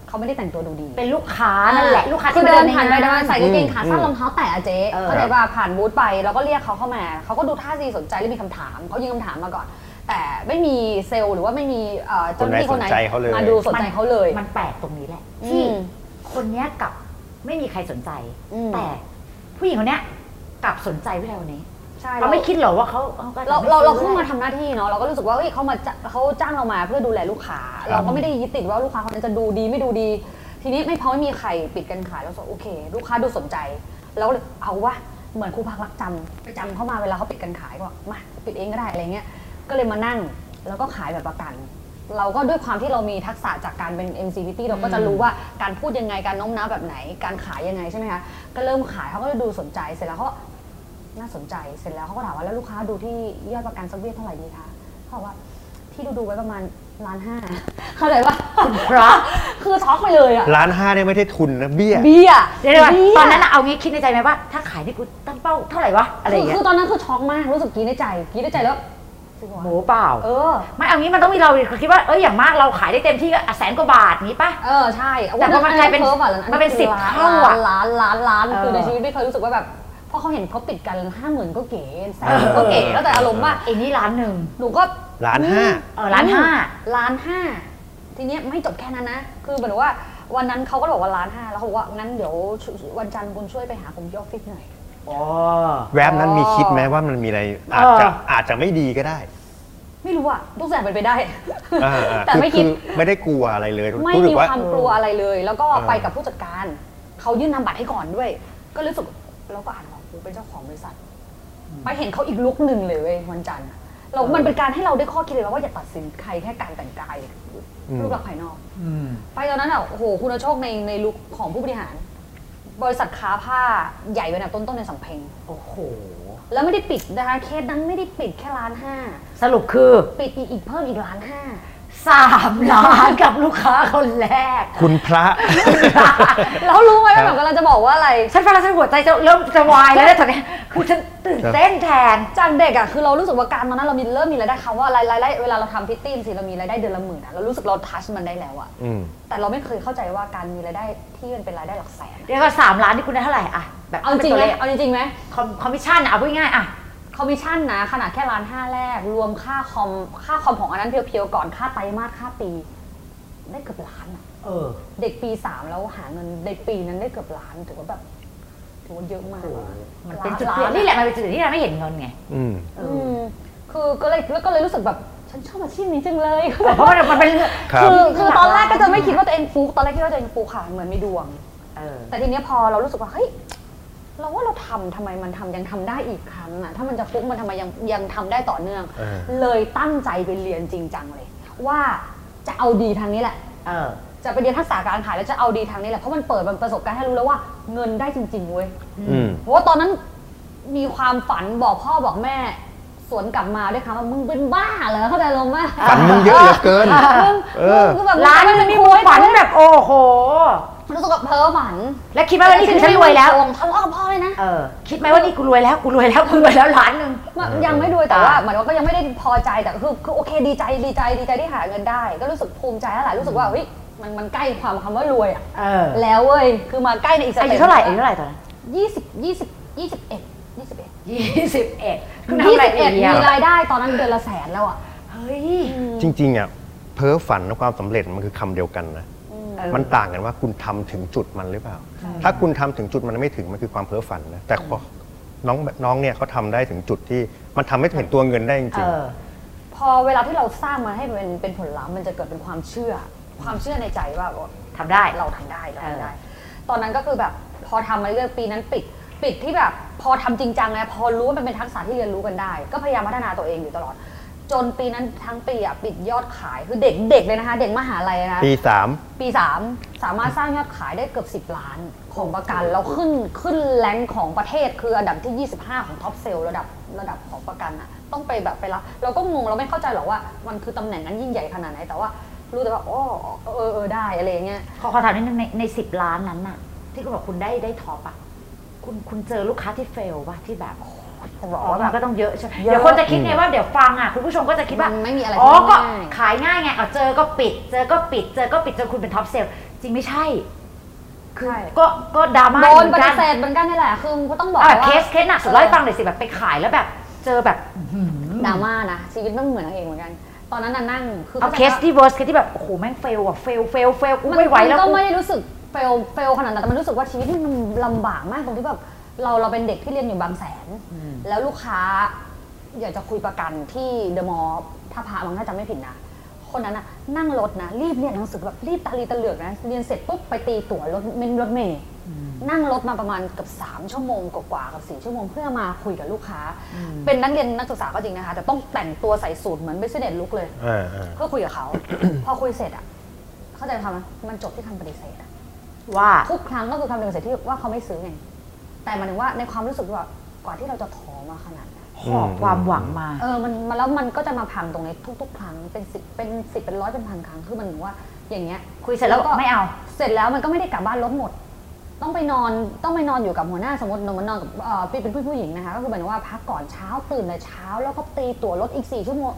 Speaker 3: เขาไม่ได้แต่งตัวดูดี
Speaker 1: เป็นลูกค้านั่นแหละ ลูกค้า
Speaker 3: คือ
Speaker 1: ที่
Speaker 3: เดินผ่านไป
Speaker 1: ใง
Speaker 3: เดินมาใส่กางเกงขาสั้
Speaker 2: อื
Speaker 3: น
Speaker 2: ม
Speaker 3: รองเท้าแตะอะเจ๊
Speaker 1: เออ
Speaker 3: เขาใจว่าผ่านบูธไปแล้วก็เรียกเขาเข้ามาเขาก็ดูท่าทีสนใจและมีคำถามเขายิงคำถามมาก่อน แต่ไม่มีเซลล์หรือว่าไม่มีเอ่อเจ้าหน้าที่คนไหน
Speaker 2: คนไหนสนใจเขาเลย
Speaker 3: มาดูสนใจเขาเลย
Speaker 1: มันแปลกตรงนี้แหละ
Speaker 3: อืม
Speaker 1: ที่คนเนี้ยกลับไม่มีใครสนใจ
Speaker 3: อืม
Speaker 1: แต่ผู้หญิงคนเนี้ยกลับสนใจผู้ชายคนนี้
Speaker 3: ใช่
Speaker 1: เราไม่คิดเหรอว่าเขาอก็
Speaker 3: เราเรา
Speaker 1: ไม่
Speaker 3: เรา
Speaker 1: ซื้
Speaker 3: เพิ่ง
Speaker 1: อ
Speaker 3: มาทำหน้าที่เนาะเราก็รู้สึกว่าเอ้ยเขามาจ้าเขาจ้างเรามาเพื่อดูแลลูกค้า เราก็ไม่ได้ยึดติดว่าลูกค้าคนนั้นจะดูดีไม่ดูดี ทีนี้ไม่พอไม่มีใครปิดกันขายเราสกโอเค ลูกค้าดูสนใจ แล้วก็เลยเอาวะเหมือนครูพักรักจำไปจำเข้ามาเวลาเขาปิดกันขายก็บอกมาปิดเองก็ได้อะไรเงี้ยก็เลยมานั่งแล้วก็ขายแบบประกัน เราก็ด้วยความที่เรามีทักษะจากการเป็น MCPT เราก็จะรู้ว่าการพูดยังไงการโน้มน้าวแบบไหน การขายยังไงใช่ไหมคะก็เริ่มขายเขาก็เลยดูสนใจเสร็จแล้วเขา น่าสนใจ เสร็จแล้วเขาก็ถามว่าแล้วลูกค้าดูที่ยอดประกันสักเบี้ยเท่าไหร่ดีคะเขาบอกว่าที่ดูดูๆไว้ประมาณล้าน ห้า เข้าใจปะ
Speaker 1: คุณพระ
Speaker 3: คือช็อกไปเลยอะ
Speaker 2: ร้านห้าเนี่ยไม่ได้ทุนนะเบี้ย
Speaker 3: เบี้ย
Speaker 1: เดี๋ยวเดี๋ยว
Speaker 3: บี้ย
Speaker 1: ตอนนั้นน่ะเอางี้คิดในใจไหมว่า ถ้าขายนี่กูตั้งเป้าเท่าไหร่วะ อะไรอย่าง
Speaker 3: คื
Speaker 1: เงี้ย
Speaker 3: คือตอนนั้นคือช็อกมากรู้สึกกรีดในใจกรีดในใจแล้วจริงเหรอ
Speaker 1: หมูเปล่า
Speaker 3: เออ
Speaker 1: ไม่เอางี้มันต้องมีเราคิดว่าเอ้ยอย่างมากเราขายได้เต็มที่ก็อ่ะแสนกว่าบาทนี้ปะ
Speaker 3: เออใช่
Speaker 1: แต่พอมันกลายเป็น
Speaker 3: พิ่อะ
Speaker 1: มันเป็น
Speaker 3: คือ
Speaker 1: สิบ
Speaker 3: ล้
Speaker 1: เท่าอะ
Speaker 3: ล้านล้านล้าน
Speaker 1: เออ
Speaker 3: คือในชีวิตไม่เคยรู้สึกว่าแบบพอเขาเห็นเขาปิดกันห้าหมื่นก็เก๋แสนก็เก๋
Speaker 2: เออ
Speaker 3: แล้วแต่อารมณ์ว่า
Speaker 1: ไอ้นี่ล้านหนึ่ง
Speaker 3: หนูก็
Speaker 2: ร้านห้า
Speaker 1: เออล้านห้า
Speaker 3: ล้านห้าทีเนี้ยไม่จบแค่นั้นนะ คือเหมือนว่าวันนั้นเขาก็บอกว่าล้านห้าแล้วเขาบอกว่างั้นเดี๋ยวชวันจันทร์คุณช่วยไปหาผมที่ออฟฟิศหน่อย
Speaker 2: แวบนั้นมีคิดไหมว่ามันมีอะไร
Speaker 1: เอออ
Speaker 2: อาจจะอาจจะไม่ดีก็ได้
Speaker 3: ไม่รู้อะทุกอย่างเป็นไปได้
Speaker 2: อ่าอ่า
Speaker 3: แต่
Speaker 2: อ
Speaker 3: ไม่คิด
Speaker 2: อไม่ได้กลัวอะไรเลย
Speaker 3: ไม่
Speaker 2: รู้สึ
Speaker 3: มี
Speaker 2: กว่า
Speaker 3: ความกลัวอะไรเลย แล้วก็
Speaker 2: เออ
Speaker 3: ไปกับผู้จัดการเขายื่นนามบัตรให้ก่อนด้วย ก็รู้สึกเราก็อ่านว่ากูเป็นเจ้าของบริษัท ไปเห็นเขาอีกลุกหนึ่งเลยเว้ยวันจันทร์อะเรามันเป็นการให้เราได้ข้อคิดเลยว่าอย่าตัดสินใครแค่การแต่งกายรูปลักษณ์ภายนอก ไปตอนนั้นอ่ะโอ้โหคุณโชคในในลุคของผู้บริหาร บริษัทค้าผ้าใหญ่เป็นอันดับต้นๆในสัมเพง
Speaker 1: โอ้โห
Speaker 3: แล้วไม่ได้ปิดนะคะเคสนั้นไม่ได้ปิดแค่ล้านห้า
Speaker 1: สรุปคือ
Speaker 3: ปิดอีกอีกเพิ่มอีกล้าน ห้า
Speaker 1: สามล้านกับลูกค้าคนแร ก
Speaker 2: คุณพระ
Speaker 3: แล้วรู้ไหมว่า
Speaker 2: ค
Speaker 3: แบ
Speaker 2: รั
Speaker 3: บบ กำลังจะบอกว่าอะไร
Speaker 1: ฉันฟังแล้วฉันหัวใจจะเริ่มจะวายแล้วเนี่ยตอนเนี้ยคือฉันตื่นเต้นแทน
Speaker 3: จากเด็กอ่ะคือเรารู้สึกว่าการตอนนั้นเรามีเริ่มมีรายได้คำว่ารายรายได้เวลาเราทำพิตตี้สิเรามีรายได้เดือนละหมื่นอะเรารู้สึกเราทัชมันได้แล้วอ่ะ
Speaker 2: อืม
Speaker 3: แต่เราไม่เคยเข้าใจว่าการมีรายได้ที่มันเป็นรายได้หลักแสน
Speaker 1: เดี๋ยวก็สามล้านนี่คุณได้เท่าไหร่อะแบบ
Speaker 3: เอาจริงไหมเอาจริงๆไหม
Speaker 1: คอมคอมมิชชั่นอะเอาพูดง่ายๆอะ
Speaker 3: คอมมิชชั่นนะขนาดแค่ล้านห้าแรก รวมค่าคอมค่าคอมของอันนั้นเพียวๆ ก่อนค่าไตรมาสค่าปี ได้เกือบล้านอะ
Speaker 1: เออ
Speaker 3: เด็กปีสามแล้วหาเงินในปีนั้นได้เกือบล้านถือว่าแบบ หเยอะมากอะ
Speaker 1: มันเป็นจุด
Speaker 3: ล้า
Speaker 1: เปลี่ยนนี่
Speaker 3: อะ
Speaker 1: แหละมันเป็นจุดที่เราไม่เห็นเงินไง
Speaker 2: อืม
Speaker 1: เอ
Speaker 3: อื
Speaker 1: อ
Speaker 3: มคือก็เลยแล้วก็เลยรู้สึกแบบฉันชอบอาชีพนี้จังเลย
Speaker 1: เพราะมันมันเป็นเรื่อง
Speaker 2: ครับ
Speaker 3: คือคือตอนแรกก็จะไม่คิดว่าตัวเองฟุกตอนแรกคิดว่าตัวเองฟุกค่ะเหมือนมีดวง
Speaker 1: เออ
Speaker 3: แต่ทีเนี้ยพอเรารู้สึกว่าเฮ้ยเราว่าเราทำทำไมมันทำยังทำได้อีกครั้งอ่ะถ้ามันจะฟุกมันทำไมยังยังทำได้ต่อเนื่อง
Speaker 2: เออ
Speaker 3: เลยตั้งใจไปเรียนจริงจังเลย ว่าจะเอาดีทางนี้แหละ
Speaker 1: เออ
Speaker 3: จะไปเรียนทักษะการขายแล้วจะเอาดีทางนี้แหละเพราะมันเปิดมันประสบการณ์ให้รู้แล้วว่าเงินได้จริงๆเว้ย
Speaker 2: อืม
Speaker 3: เพราะว่าตอนนั้นมีความฝันบอกพ่อบอกแม่ สวนกลับมาด้วยค่ะว่ามึงเป็นบ้าเหรอเข้าใจลงไหม
Speaker 2: ฝันมึงเยอะเหลือเกิน
Speaker 3: มึง
Speaker 2: เออ
Speaker 3: มึงก็แบบ
Speaker 1: ร้านนี้มันมีคนฝันแบบโอ้โห
Speaker 3: รู้สึกแบบเพ้อฝัน
Speaker 1: แล้วคิดไหมว่านี่คือฉันรวยแล้ว
Speaker 3: ทะเลาะกับพ่อเลยนะ
Speaker 1: เออ คิดไหมว่านี่กูรวยแล้ว กูรวยแล้วกูรวยแล้วล้านหนึ่ง
Speaker 3: มันยังไม่รวยแต่ว่าเหมือนว่าก็ยังไม่ได้พอใจแต่คือคือโอเคดีใจดีใจดีใจที่หาเงินได้ ก็รู้สึกภูมิใจแล้วแหละรู้สึกว่าเฮ้ยมันมันใกล้ความคำว่ารวยอะ
Speaker 1: เออ
Speaker 3: แล้วเว้ยคือมาใกล้ในอีกส
Speaker 1: อา
Speaker 3: เต็ป
Speaker 1: ยุเท่าไหร่อายุเท่าไหร่ตอนนั้น
Speaker 3: ยี่สิบยี่สิบยี่สิบเอ็ดยี่สิบเอ็ด
Speaker 1: ยี่สิบเอ็ดคุณทำ
Speaker 3: ยี่
Speaker 1: อะไร
Speaker 3: สิบเอ็ด
Speaker 1: ดีอะ
Speaker 3: มีรายได้ตอนนั้นเดือนละแสนแล้วอะ
Speaker 1: เฮ้ย
Speaker 2: จริงๆอ่ะเพ้อฝันความสำเร็จมันคือคำเดียวกันนะ
Speaker 1: เออ
Speaker 2: มันต่างกันว่าคุณทำถึงจุดมันหรือเปล่า ถ้าคุณทำถึงจุดมันไม่ถึงมันคือความเพ้อฝันนะ แต่พอน้องน้องเนี่ยเขาทำได้ถึงจุดที่มันทำให้เห็นตัวเงินได้จ
Speaker 1: เอ
Speaker 2: ริง
Speaker 1: อ
Speaker 3: พอเวลาที่เราสร้างมันให้เป็นเป็นผลลัพธ์มันจะเกิดเป็นความเชื่อ ความเชื่อในใจว่า
Speaker 1: ทำได้
Speaker 3: เราทำได้เราทำได้ ตอนนั้นก็คือแบบพอทำมาเรื่อยๆปีนั้นปิด ปิดที่แบบพอทำจริงจังนะพอรู้ว่ามันเป็นทักษะที่เรียนรู้กันได้ ก็พยายามพัฒนาตัวเองอยู่ตลอด จนปีนั้นทั้งปีอ่ะปิดยอดขายคือเด็กเด็กเลยนะคะ เด็กมหาลัยนะ
Speaker 2: ๆปีสาม
Speaker 3: ปี 3 สามารถสร้างยอดขายได้เกือบ 10 ล้านของประกันเราขึ้นขึ้นแรงของประเทศคืออันดับที่ 25 ของท็อปเซลระดับระดับของประกันอะต้องไปแบบไปรับเราก็งงเราไม่เข้าใจหรอกว่า มันคือตำแหน่งนั้นยิ่งใหญ่ขนาดไหน แต่ว่ารู้แต่ว่าอ๋อเออเออได้อะไรอย่างเงี้ย
Speaker 1: ขอขอถามนิดนึงในในสิบล้านนั้นน่ะ ที่คุณบอกคุณได้ได้ท็อปอ่ะคุณคุณเจอลูกค้าที่เฟลป่ะที่แบบ
Speaker 3: ผมบ
Speaker 1: อ๋
Speaker 3: อ
Speaker 1: อ
Speaker 3: กว่าแบ
Speaker 1: มั
Speaker 3: บ
Speaker 1: นก็ต้องเยอะใช่ไหม
Speaker 3: เยอะ
Speaker 1: เดี๋ยวคนจะคิดไงว่าเดี๋ยวฟังอ่ะคุณผู้ชมก็จะคิดว่า
Speaker 3: มันไม่มีอะไร
Speaker 1: อ๋อ
Speaker 3: ที่
Speaker 1: ก็
Speaker 3: ง่าย
Speaker 1: ขายง่ายไงเอาเจอก็ปิด เจอก็ปิด เจอก็ปิดจนคุณเป็นท็อปเซลจริงไม่ใช่
Speaker 3: คือ
Speaker 1: ก็ก็ดราม่า
Speaker 3: โด
Speaker 1: อยู่
Speaker 3: น
Speaker 1: เหมื
Speaker 3: ป
Speaker 1: อนกั
Speaker 3: ฏิ
Speaker 1: น
Speaker 3: เสธเหมือนกันนี่แหละ คือก็ต้องบอก
Speaker 1: อ่ะ
Speaker 3: ว่า
Speaker 1: เคสเคสหนักสุดเล่าให้ฟังหน่อยสิแบบไปขายแล้วแบบ เจอแบบอื้อหือ
Speaker 3: ดราม่านะชีวิตต้องเหมือนนางเอกเหมือนกัน ตอนนั้นน่ะนั่งคือ
Speaker 1: เอา
Speaker 3: ข้าใจ
Speaker 1: เคส
Speaker 3: ว่า
Speaker 1: ที่เวิร์สเคสที่แบบโอ้โหแม่งเฟลอ่ะเฟลเฟลเฟลกู
Speaker 3: มัน
Speaker 1: ไม่ไหวแล้ว
Speaker 3: มั
Speaker 1: กู
Speaker 3: นก็ไม่ได้รู้สึกเฟลเฟลขนาดนั้นแต่มันรู้สึกว่าชีวิตมันลำบากมากตรงที่แบบเราเราเป็นเด็กที่เรียนอยู่บางแสน แล้วลูกค้าอยากจะคุยประกันที่เดอะมอลล์ท่าพระมั้งถ้าจำไม่ผิดนะ คนนั้นนะนั่งรถนะ รีบเรียนหนังสือแบบรีบตาลีตะเหลือกนะ เรียนเสร็จปุ๊บไปตีตั๋วรถเมนรถเมย์นั่งรถมาประมาณเกับ 3 ชั่วโมงกว่าๆกับ 4 ชั่วโมงเพื่อมาคุยกับลูกค้า เป็นนักเรียนนักศึกษาก็จริงนะคะ แต่ต้องแต่งตัวใส่สูทเหมือนเบสเนสลุกเลย
Speaker 2: อ่า
Speaker 3: เพื่อคุยกับเขา พอคุยเสร็จอ่ะ เข้าใจความไหมมันจบที่คำปฏิเสธอะ
Speaker 1: ว่า
Speaker 3: ทุกครั้งก็คือคำปฏิเสธที่ว่าเขาไม่ซื้อไง แต่หมายถึงว่าในความรู้สึกว่ากว่าที่เราจะขอมาขนาดนั้น
Speaker 1: ขอความหวังมา
Speaker 3: เออมันมันแล้วมันก็จะมาพังตรงนี้ทุก ๆ ครั้งเป็นสิบเป็นสิบเป็นร้อยเป็นพันครั้งคือมันเหมือนว่าอย่างเงี้ย
Speaker 1: คุยเสร็จแล้ว
Speaker 3: แล้วก็
Speaker 1: ไม่เอา
Speaker 3: เสร็จแล้วมันก็ไม่ได้กลับบ้านรถหมด ต้องไปนอนต้องไปนอนอยู่กับหัวหน้าสมมตินอนนอนกับเอ่อพี่เป็นผู้ผู้หญิงนะคะ ก็คือหมายถึงว่าพักก่อนเช้าตื่นแต่เช้า แล้วก็ตีตั๋วรถอีกสี่ชั่วโมง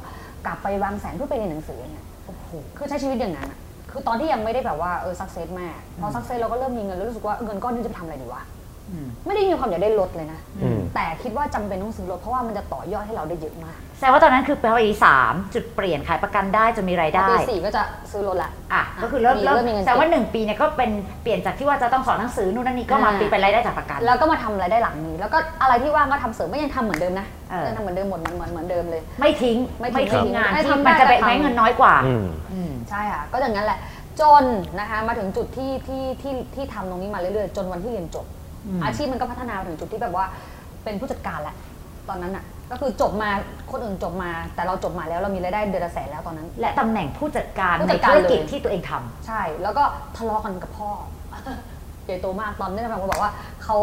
Speaker 3: กลับไปบางแสนเพื่อไปเรียนหนังสืออย่างเงี้ยโอ้โหคือใช้ชีวิตอย่างนั้นอะคือตอนที่ยังไม่ได้แบบว่าเออสักเซสมากพอสักเซสเราก็เริ่มมีเงินแล้วรู้สึกว่าเงินก้อนนี้จะไปทำอะไรดีวะ
Speaker 1: อืม
Speaker 3: ไม่ได้มีความอยากได้รถเลยนะ
Speaker 2: อืม
Speaker 3: แต่คิดว่าจำเป็นต้องซื้อรถเพราะว่ามันจะต่อยอดให้เราได้เยอะมาก
Speaker 1: แสดงว่าตอนนั้นคือปีสามจุดเปลี่ยนขายประกันได้จนมีรายได้
Speaker 3: ปีสี่ก็จะซื้อรถละ
Speaker 1: อ่ะก็คือเริ่ม
Speaker 3: มี
Speaker 1: เริ่ม
Speaker 3: เริ่มมีเงิน
Speaker 1: แสดงว่า
Speaker 3: เก็บ
Speaker 1: หนึ่งปีเนี่ยก็เป็นเปลี่ยนจากที่ว่าจะต้องสอนหนังสือนู่นนั่นนี่ก็มาปีเป็นรายได้จากประกัน
Speaker 3: แล้วก็มาทำรายได้หลังนี้แล้วก็อะไรที่ว่างก็ทำเสริมก็ยังทำเหมือนเดิมนะ
Speaker 1: เออ
Speaker 3: ยังทำเหมือนเดิมหมดเหมือนเหมือนเหมือนเดิมเลย
Speaker 1: ไม่ทิ้ง
Speaker 3: ไม่ทิ้ง
Speaker 1: ทิ้งงาน
Speaker 3: ไม่ทิ้
Speaker 1: ที่
Speaker 3: ง
Speaker 1: มันจะไป
Speaker 3: แต่ทำ
Speaker 1: แม้เงินน้อยกว่า
Speaker 2: อืม
Speaker 1: อืม
Speaker 3: ใช่ค่ะ ก็อย่างนั้นแหละ จนนะคะมาถึงจุดที่ที่ที่ที่ทำตรงนี้มาเรื่อยๆ จนวันที่เรียนจบ
Speaker 1: อืม
Speaker 3: อาชีพมันก็พัฒนามาถึงจุดที่แบบว่าเป็นผู้จัดการแหละตอนนั้นอ่ะก็คือจบมาคนอื่นจบมา แต่เราจบมาแล้วเรามีรายได้เดือนละแสนแล้วตอนนั้น
Speaker 1: และตำแหน่งผู้จัดการ
Speaker 3: ผู้
Speaker 1: ใน
Speaker 3: จัดการ
Speaker 1: ธุรกิจ
Speaker 3: เลย
Speaker 1: ที่ตัวเองทำ
Speaker 3: ใช่แล้วก็ทะเลาะกันกับพ่อ ใหญ่โตมากตอนนี้นนะคะเขาบอกว่าเขา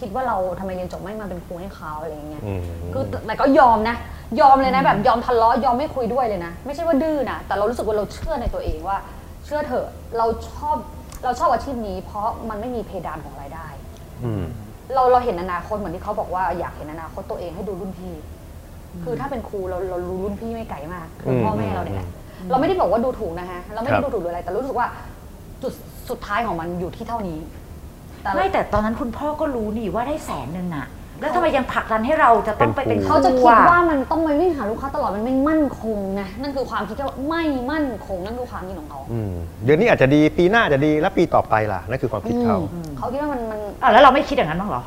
Speaker 3: คิดว่าเราทำไมเรียนจบไม่มาเป็นครูให้เขาอะไรอย่างเงี้ย
Speaker 2: อืม
Speaker 3: คือแต่ก็ยอมนะ ยอมเลยนะแบบยอมทะเลาะยอมไม่คุยด้วยเลยนะ ไม่ใช่ว่าดื้อนะแต่เรารู้สึกว่าเราเชื่อในตัวเองว่า เชื่อเถอะเราชอบเราชอบอาชีพนี้ เพราะมันไม่มีเพดานของรายได้
Speaker 2: อืม
Speaker 3: เราเราเห็นอนาคตเหมือนที่เขาบอกว่าอยากเห็นอนาคตตัวเองให้ดูรุ่นพี่ คือถ้าเป็นครูเราเรารู้รุ่นพี่ไม่ไกลมากคือพ่อแม่เราเนี่ยแหละเราไม่ได้บอกว่าดูถูกนะฮะเราไม่
Speaker 2: ครับ
Speaker 3: ได้ดูถูกหรืออะไร แต่รู้สึกว่าจุดสุดท้ายของมันอยู่ที่เท่านี้ แต่เรา
Speaker 1: ไม่แต่ตอนนั้นคุณพ่อก็รู้นี่ว่าได้แสนหนึ่งอะ แล้วทำไมยังผลักดันให้เราจะต้องไปเป็น
Speaker 2: เป็น
Speaker 3: เขาจะคิด
Speaker 1: ครูอ
Speaker 3: ว่ามันต้องไปวิ่งหาลูกค้าตลอดมันไม่มั่นคงนะนั่นคือความคิดที่ว่าไม่มั่นคงนั่นคือความคิดของเขา
Speaker 2: อืมเดือนนี้อาจจะดีปีหน้าอาจจะดีแล้วปีต่อไปล่ะนั่นคือความคิดเขา
Speaker 3: อืมเขาคิดว่ามันมัน
Speaker 1: อ่ะแล้วเราไม่คิดอย่างนั้นบ้างเหรอ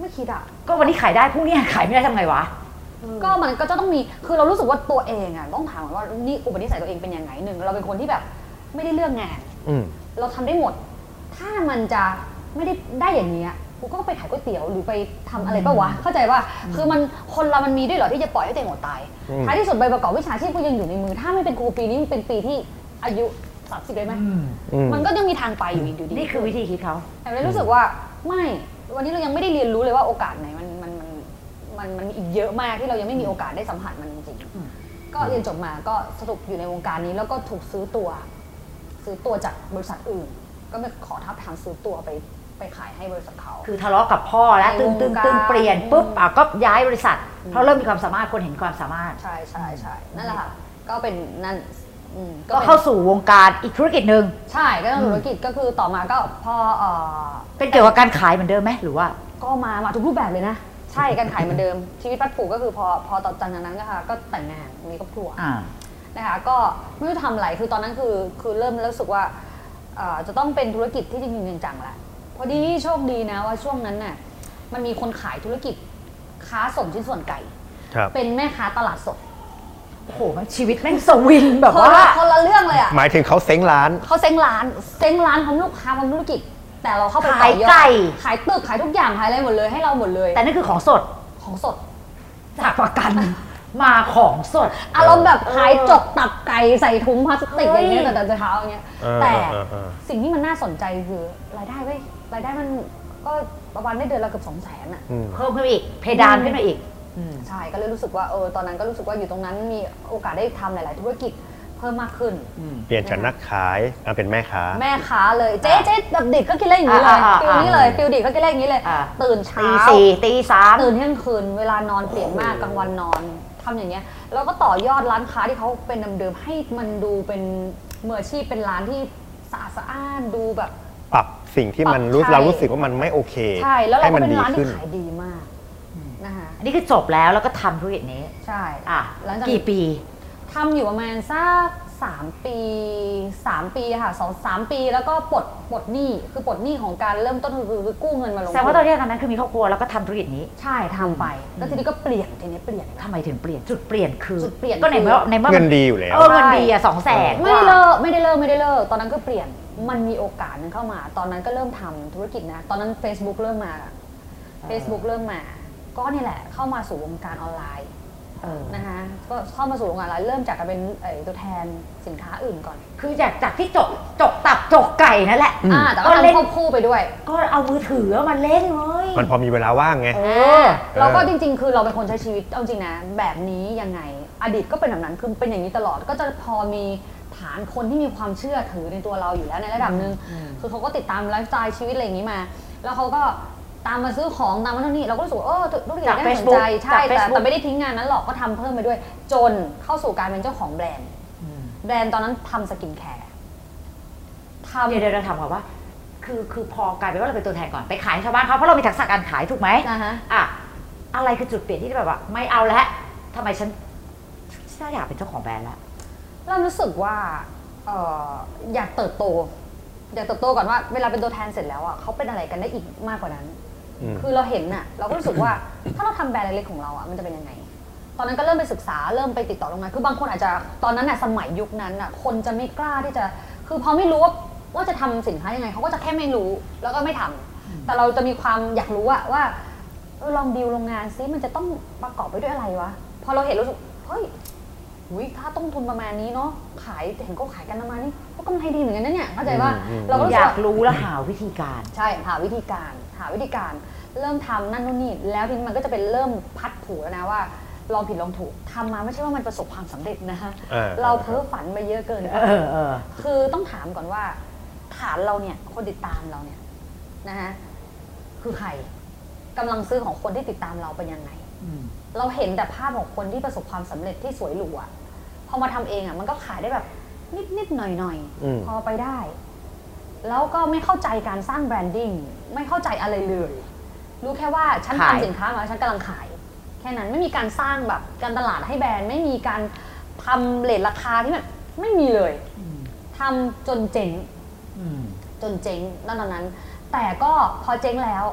Speaker 3: ไม่คิดอ่ะ
Speaker 1: ก็วันนี้ขายได้พรุ่งนี้ขายไม่ได้ทำไงวะ
Speaker 3: ก็มันก็จะต้องมีคือเรารู้สึกว่าตัวเองอ่ะต้องถามก่อนว่านี่อุปนิสัยตัวเองเป็นยังไงหนึ่งเราเป็นคนที่แบบไม่ได้เลือกงาน
Speaker 2: อืม
Speaker 3: เราทำได้หมด ถ้ามันจะไม่ได้ได้อย่างเนี้ยกูก็ไปขายก๋วยเตี๋ยวหรือไปทำอะไรปะวะ เข้าใจว่าคือมันคนเรามันมีด้วยเหรอที่จะปล่อยให้ตัวเองอดตาย
Speaker 2: อืม
Speaker 3: ท้ายที่สุดใบประกอบวิชาชีพก็ยังอยู่ในมือ ถ้าไม่เป็นครูปีนี้มันเป็นปีที่อายุสามสิบเลยไหม
Speaker 2: อืม
Speaker 3: มันก็ยังมีทางไปอยู่อีกอยู่ดี
Speaker 1: นี่คือวิธีคิดเขา
Speaker 3: แต่เลยรู้สึกว่าไม่วันนี้เรายังไม่ได้เรียนรู้เลยว่าโอกาสไหนมันมันมันมันมันอีกเยอะมากที่เรายังไม่มีโอกาสได้สัมผัสมันจริงๆ
Speaker 1: อืม
Speaker 3: ก็เรียนจบมาก็สรุปอยู่ในวงการนี้แล้วก็ถูกซื้อตัว ซื้อตัวจากบริษัทอื่น ก็ไปขอทับทามซื้อตัวไปไปขายให้บริษัทเขา
Speaker 1: คือทะเลาะกับพ่อแล้วตึงตึงตึงเปลี่ยนปุ๊บอ่ะก็ย้ายบริษัท เพราะเริ่มมีความสามารถคนเห็นความสามารถ
Speaker 3: ใช่ใช่ใช่นั่นแหละค่ะก็เป็นนั่นอืม
Speaker 1: ก็
Speaker 3: ป็น
Speaker 1: เข้าสู่วงการอีกธุรกิจหนึ่ง
Speaker 3: ใช่ก็ต้องธุรกิจก็คือต่อมาก็พอเอ่อ
Speaker 1: เป็นเกี่ยวกับการขายเหมือนเดิมไหมหรือว่า
Speaker 3: ก็มามาทุกรูปแบบเลยนะ ใช่การขายเหมือนเดิม ชีวิตพัดผูกก็คือพอพอตอนจากนั้นนะคะก็แต่งงานมีครอบครัว
Speaker 1: อ่า
Speaker 3: นะคะก็ไม่รู้ทำอะไรคือตอนนั้นคือคือเริ่มรู้สึกว่าเอ่อจะต้องเป็นธุรกิจที่จริงๆจังๆแหละพอดีโชคดีนะว่าช่วงนั้นน่ะมันมีคนขายธุรกิจค้าส่งชิ้นส่วนไก่
Speaker 2: ครับ
Speaker 3: เป็นแม่ค้าตลาดสด
Speaker 1: โอ้โหมันชีวิตแม่งสวิงแบบ
Speaker 3: คน
Speaker 1: ว่า
Speaker 3: ละคนละเรื่องเลยอ่ะ
Speaker 2: หมายถึงเขาเซ้งร้าน
Speaker 3: เขาเซ้งร้านเซ้งร้านของลูกค้าของธุรกิจ แต่เราเข้าไป
Speaker 1: ขายไก่
Speaker 3: ขายตึกขายทุกอย่างขายอะไรหมดเลยให้เราหมดเลย
Speaker 1: แต่นั่นคือของสด
Speaker 3: ของสด
Speaker 1: จากประกัน มาของสด
Speaker 3: อารมณ์แบบขายจกตับไก่ใส่ถุงพลาสติกอย่างเงี้ย
Speaker 1: เฮ้ย
Speaker 3: แต่แต่เช้าอย่างเงี้ย
Speaker 2: เออ
Speaker 3: แต่
Speaker 2: เออเออ
Speaker 3: สิ่งที่มันน่าสนใจคือรายได้เว้ยรายได้มันก็ประมาณได้เดือนละเกือบสองแสนอะ
Speaker 2: อืม
Speaker 1: เพิ่มขึ้นมาอีก เพดานขึ้นมาอีกอืม
Speaker 3: ใช่ ก็เลยรู้สึกว่าเออตอนนั้นก็รู้สึกว่าอยู่ตรงนั้นมีโอกาสได้ทำหลาย ๆ ธุรกิจเพิ่มมากขึ้น
Speaker 2: เปลี่ยนจากนักขายมาเป็นแม่ค้า
Speaker 3: แม่ค้าเลยเจ๊เจ๊แบบดิดก็กินเลขอย่างนี้เลย
Speaker 1: อ่าอ่าอ่า
Speaker 3: ฟิลนี้เลยฟิลดิดก็กินเลขอย่างนี้เลย
Speaker 1: อ่า
Speaker 3: ตื่น
Speaker 1: ตี
Speaker 3: เช้า
Speaker 1: สี่ตีสาม
Speaker 3: ตื่นเที่ยงคืนเวลานอนเปลี่ยนมากกลางวันนอนทำอย่างเงี้ยแล้วก็ต่อยอดร้านค้าที่เขาเป็นเดิมๆให้มันดูเป็นมืออาชีพเป็นร้านที่สะอาดสะอ้านดูแบบ
Speaker 2: ปรับสิ่งที่มันรู้
Speaker 3: ปรับใช่
Speaker 2: เรารู้สึกว่ามันไม่โอเค
Speaker 3: ใช่แล้วเรา
Speaker 2: ให้
Speaker 3: ก็
Speaker 2: มัน
Speaker 3: เป็น
Speaker 2: ดี
Speaker 3: ร้าน
Speaker 2: ขึ้น
Speaker 3: ที่ขายดีมากนะคะ
Speaker 1: อันนี้คือจบแล้วแล้วก็ทำธุรกิจนี้
Speaker 3: ใช่
Speaker 1: อ่ะ
Speaker 3: หลังจาก
Speaker 1: กี่ปี
Speaker 3: ทำอยู่ประมาณสักสามปีสามปีค่ะสองสามปีแล้วก็ปลดปลดหนี้คือปลดหนี้ของการเริ่มต้นคือคือกู้เงินมาลง
Speaker 1: แสดงว่าตอนที่ตอนนั้นคือมีครอบครัวแล้วก็ทำธุรกิจนี้
Speaker 3: ใช่ทำไป แล้วทีนี้ก็เปลี่ยนทีนี้เปลี่ยน
Speaker 1: ทำไมถึงเปลี่ยนจุดเปลี่ยนคือ
Speaker 3: จุดเปลี่ยน
Speaker 1: ก็ในเมื่อ
Speaker 3: คือ
Speaker 1: ในเมื่อ
Speaker 2: เงินดีอยู่แล้ว
Speaker 1: เออเงินดีอ่ะสองแสน
Speaker 3: ไม่ได้เลิกไม่ได้เลิกไม่ได้เลิกตอนนั้นก็เปลี่ยนมันมีโอกาสนึงเข้ามา ตอนนั้นก็เริ่มทำธุรกิจนะ ตอนนั้น Facebook เริ่มมา Facebook เริ่มมา ก็นี่แหละเข้ามาสู่วงการออนไลน์ นะคะก็เข้ามาสู่วงการออนไลน์เริ่มจากการเป็นเอ่อตัวแทนสินค้าอื่นก่อน
Speaker 1: คือจากจากที่จกจกตับจกไก่นั่นแหละ
Speaker 3: อ่าแต่
Speaker 1: ก็
Speaker 3: ก็
Speaker 1: เล่น
Speaker 3: ทำควบคู่ไปด้วย
Speaker 1: ก็เอามือถือมาเล่นเว้ย
Speaker 2: มันพอมีเวลาว่างไง
Speaker 1: เออ
Speaker 3: เราก็จริงๆ คือเราเป็นคนใช้ชีวิตเอาจริงนะ แบบนี้ยังไง อดีตก็เป็นแบบนั้นคือเป็นอย่างนี้ตลอดก็จะพอมีฐานคนที่มีความเชื่อถือในตัวเราอยู่แล้วในระดับหนึ่งคือเขาก็ติดตามไลฟ์สไตล์ชีวิตอะไรอย่างนี้มา แล้วเขาก็ตามมาซื้อของตามมาเท่านี้เราก็รู้สึกว่าเออธุรกิจ
Speaker 1: จาก
Speaker 3: น่าสน
Speaker 1: Facebook
Speaker 3: ใจใช่
Speaker 1: จาก
Speaker 3: แต่
Speaker 1: Facebook
Speaker 3: แต่ไม่ได้ทิ้งงานนั้นหรอกก็ทำเพิ่มไปด้วย จนเข้าสู่การเป็นเจ้าของแบรนด์แบรนด์ตอนนั้นทำสกินแคร์ทำ
Speaker 1: เดี๋ยวเดี๋ยวเราถามก่อนว่า คือคือพอกลายเป็นว่าเราเป็นตัวแทนก่อนไปขายให้ชาวบ้านเขาเพราะเรามีทักษะการขายถูกไหม
Speaker 3: อ่าฮะ
Speaker 1: อ่ะอะไรคือจุดเปลี่ยนที่แบบว่า ไม่เอาแล้วทำไมฉันฉันอยากเป็นเจ้าของแบรนด์ละ
Speaker 3: เรารู้สึกว่าเอออยากเติบโต อยากเติบโตก่อนว่าเวลาเป็นตัวแทนเสร็จแล้วอ่ะเขาเป็นอะไรกันได้อีกมากกว่านั้น
Speaker 2: อืม
Speaker 3: คือเราเห็นน่ะ เราก็รู้สึกว่า ถ้าเราทำแบรนด์เล็กๆของเราอ่ะมันจะเป็นยังไง ตอนนั้นก็เริ่มไปศึกษาเริ่มไปติดต่อโรงงานคือบางคนอาจจะตอนนั้นน่ะสมัยยุคนั้นน่ะ คนจะไม่กล้าที่จะ คือพอไม่รู้ว่าว่าจะทำสินค้ายังไงเขาก็จะแค่ไม่รู้แล้วก็ไม่ทำแต่เราจะมีความอยากรู้อะว่าเออลองดีลโรงงานซิมันจะต้องประกอบไปด้วยอะไรวะพอเราเห็นรู้สึกเฮ้ย อุ๊ยถ้าต้นทุนประมาณนี้เนาะขายเห็นก็ขายกันประมาณนี้ก็กำไรดีเหมือนกันนะเนี่ยเข้าใจว่า
Speaker 2: อืมอืม
Speaker 3: เราก็
Speaker 1: อ
Speaker 3: รู้สึก
Speaker 1: ยาก
Speaker 3: ว่า
Speaker 1: รู้แล้วหาวิธีการ
Speaker 3: ใช่หาวิธีการ หาวิธีการเริ่มทำนั่นนู่นนี่แล้วทีนี้มันก็จะเป็นเริ่มพัดผูแล้วนะว่าลองผิดลองถูกทำมาไม่ใช่ว่ามันประสบความสำเร็จนะฮะ
Speaker 2: เออ
Speaker 3: เราเพ้อฝันไปเยอะเกินไป
Speaker 1: เออเออ
Speaker 3: คือต้องถามก่อนว่า ฐานเราเนี่ยคนติดตามเราเนี่ยนะฮะคือใครกำลังซื้อของคนที่ติดตามเราเป็นยังไง
Speaker 1: อืม
Speaker 3: เราเห็นแต่ภาพของคนที่ประสบความสำเร็จที่สวยหรูอะพอมาทำเองอะมันก็ขายได้แบบ นิดนิดๆหน่อยหน่อยๆ
Speaker 2: อืม
Speaker 3: พอไปได้ แล้วก็ไม่เข้าใจการสร้างแบรนดิ้งไม่เข้าใจอะไรเลย รู้แค่ว่าฉัน
Speaker 1: ขาย
Speaker 3: ทำสินค้ามาฉันกำลังขาย แค่นั้นไม่มีการสร้างแบบการตลาดให้แบรนด์ไม่มีการทำเลทราคาที่แบบไม่มีเลยทำจนเจ๋ง
Speaker 1: อืม
Speaker 3: จนเจ๊งตอนนั้น แต่ก็พอเจ๊งแล้ว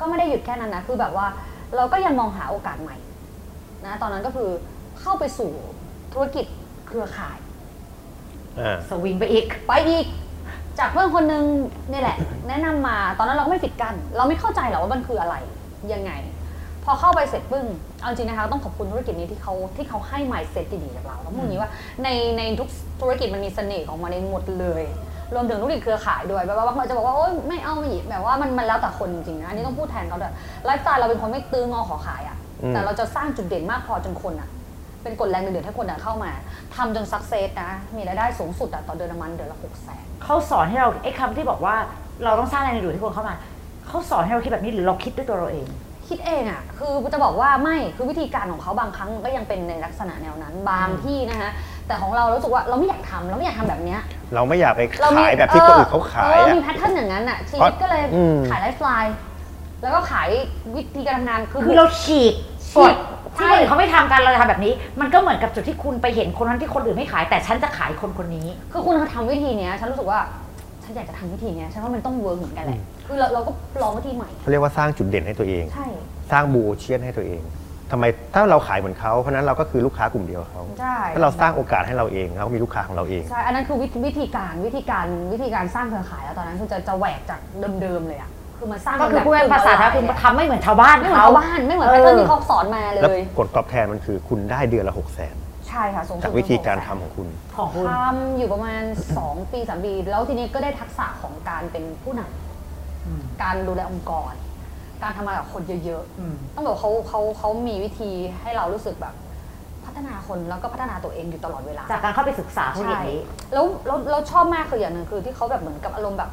Speaker 3: ก็ไม่ได้หยุดแค่นั้นนะ คือแบบว่าเราก็ยังมองหาโอกาสใหม่นะ ตอนนั้นก็คือเข้าไปสู่ธุรกิจเครือข่าย
Speaker 2: อ่า
Speaker 1: สวิงไปอีก
Speaker 3: ไปอีก จากเพื่อนคนนึงนี่แหละ แนะนำมาตอนนั้นเราก็ไม่ปิดกัน เราไม่เข้าใจหรอกว่ามันคืออะไรยังไง พอเข้าไปเสร็จปึ้งเอาจริงนะคะต้องขอบคุณธุรกิจนี้ที่เขาที่เขาให้ mindset ดีๆกับเราต้องพูดอย่างนี้ว่าในในทุกธุรกิจมันมีเสน่ห์ของมันเองหมดเลย รวมถึงธุรกิจเครือข่ายด้วยแบบว่าบางคนจะบอกว่าโอ๊ยไม่เอาไม่หยิบแบบว่ามันมันแล้วแต่คนจริงๆนะอันนี้ต้องพูดแทนเขาด้วยไลฟ์สไตล์เราเป็นคนไม่ตื้องอขอขายอะ
Speaker 2: อืม
Speaker 3: แต่เราจะสร้างจุดเด่นมากพอจนคนอะ เป็นกฎแรงดึงดูดให้คนอะเข้ามาทำจนสักเซสนะ มีรายได้สูงสุดอะต่อเดือนประมันเดือนละหกแสน
Speaker 1: เขาสอนให้เราไอ้คำที่บอกว่าเราต้องสร้างแรงดึงดูดให้คนเข้ามาเขาสอนให้เราคิดแบบนี้หรือเราคิดด้วยตัวเราเอง
Speaker 3: คิดเองอะคือจะบอกว่าไม่คือวิธีการของเขาบางครั้งก็ยังเป็นในลักษณะแนวนั้นบางที่นะคะแต่ของเรารู้สึกว่าเราไม่อยากทำเราไม่อยากทำแบบเนี้ย
Speaker 2: เราไม่อยากไป
Speaker 3: เรามี
Speaker 2: ขายแบบที่คนอื่นเขาขาย
Speaker 3: เออ
Speaker 2: อะ
Speaker 3: มีแพทเทิร์นอย่างนั้นอะชีวิตก็เลย
Speaker 2: อืม
Speaker 3: ขายไลฟ์สไตล์แล้วก็ขายวิธีการทำงานคือ
Speaker 1: คือเราฉีก
Speaker 3: ฉี
Speaker 1: ก
Speaker 3: ก
Speaker 1: ฎที่
Speaker 3: ใช่
Speaker 1: คนอื่นเขาไม่ทำกันเราจะทำแบบนี้ มันก็เหมือนกับจุดที่คุณไปเห็นคนนั้นที่คนอื่นไม่ขาย แต่ฉันจะขายคนคนนี้
Speaker 3: คือคุณทำวิธีเนี้ยฉันรู้สึกว่าฉันอยากจะทำวิธีเนี้ยฉันว่ามันต้องเวิร์กเหมือนกันแหละคือเราเราก็ลองวิธีใหม่
Speaker 2: เขาเรียกว่าสร้างจุดเด่นให้ตัวเอง
Speaker 3: ใช่
Speaker 2: สร้างบูเชียนให้ตัวเองทำไมถ้าเราขายเหมือนเขาเพราะฉะนั้นเราก็คือลูกค้ากลุ่มเดียวกับเขา
Speaker 3: ใช่
Speaker 2: ถ้าเราสร้างโอกาสให้เราเองเราก็มีลูกค้าของเราเอง
Speaker 3: ใช่ อันนั้นคือวิธีวิธีการวิธีการวิธีการสร้างเครือข่ายแล้วตอนนั้นคือจะจะแหวกจากเดิมๆเลยอ่ะ คือมาสร้าง
Speaker 1: ก็คือ
Speaker 3: แบบ
Speaker 1: พูดเป็นภาษาไทยคือทำไม่เหมือนชาวบ้าน
Speaker 3: ไม่เหมือน
Speaker 1: เขา
Speaker 3: ชาวบ้านไม่เหมือน
Speaker 1: เออ
Speaker 3: แพทเทิร์นที่เขาสอนมาเล
Speaker 2: แล้ว
Speaker 3: ย
Speaker 2: ผลตอบแทนมันคือคุณได้เดือนละ6 0 0 0 0น
Speaker 3: ใช่ค่ะสง
Speaker 2: จากวิธีการทำของคุณ
Speaker 1: ของคุณ
Speaker 3: ทำอยู่ประมาณ 2 ปีสามปี แล้วทีนี้ก็ได้ทักษะของการเป็นผู้น
Speaker 1: อืม
Speaker 3: ำการดูแลองค์กร การทำงานกับคนเยอะ
Speaker 1: อืม
Speaker 3: ๆ ต้องบอกว่าเขาเขาเขามีวิธีให้เรารู้สึกแบบ พัฒนาคนแล้วก็พัฒนาตัวเองอยู่ตลอดเวลา
Speaker 1: จากการเข้าไปศึกษาธุรกิจ
Speaker 3: ใช่
Speaker 1: นี้
Speaker 3: แล้วเราเราชอบมากคืออย่างหนึ่งคือที่เขาแบบเหมือนกับอารมณ์แบบ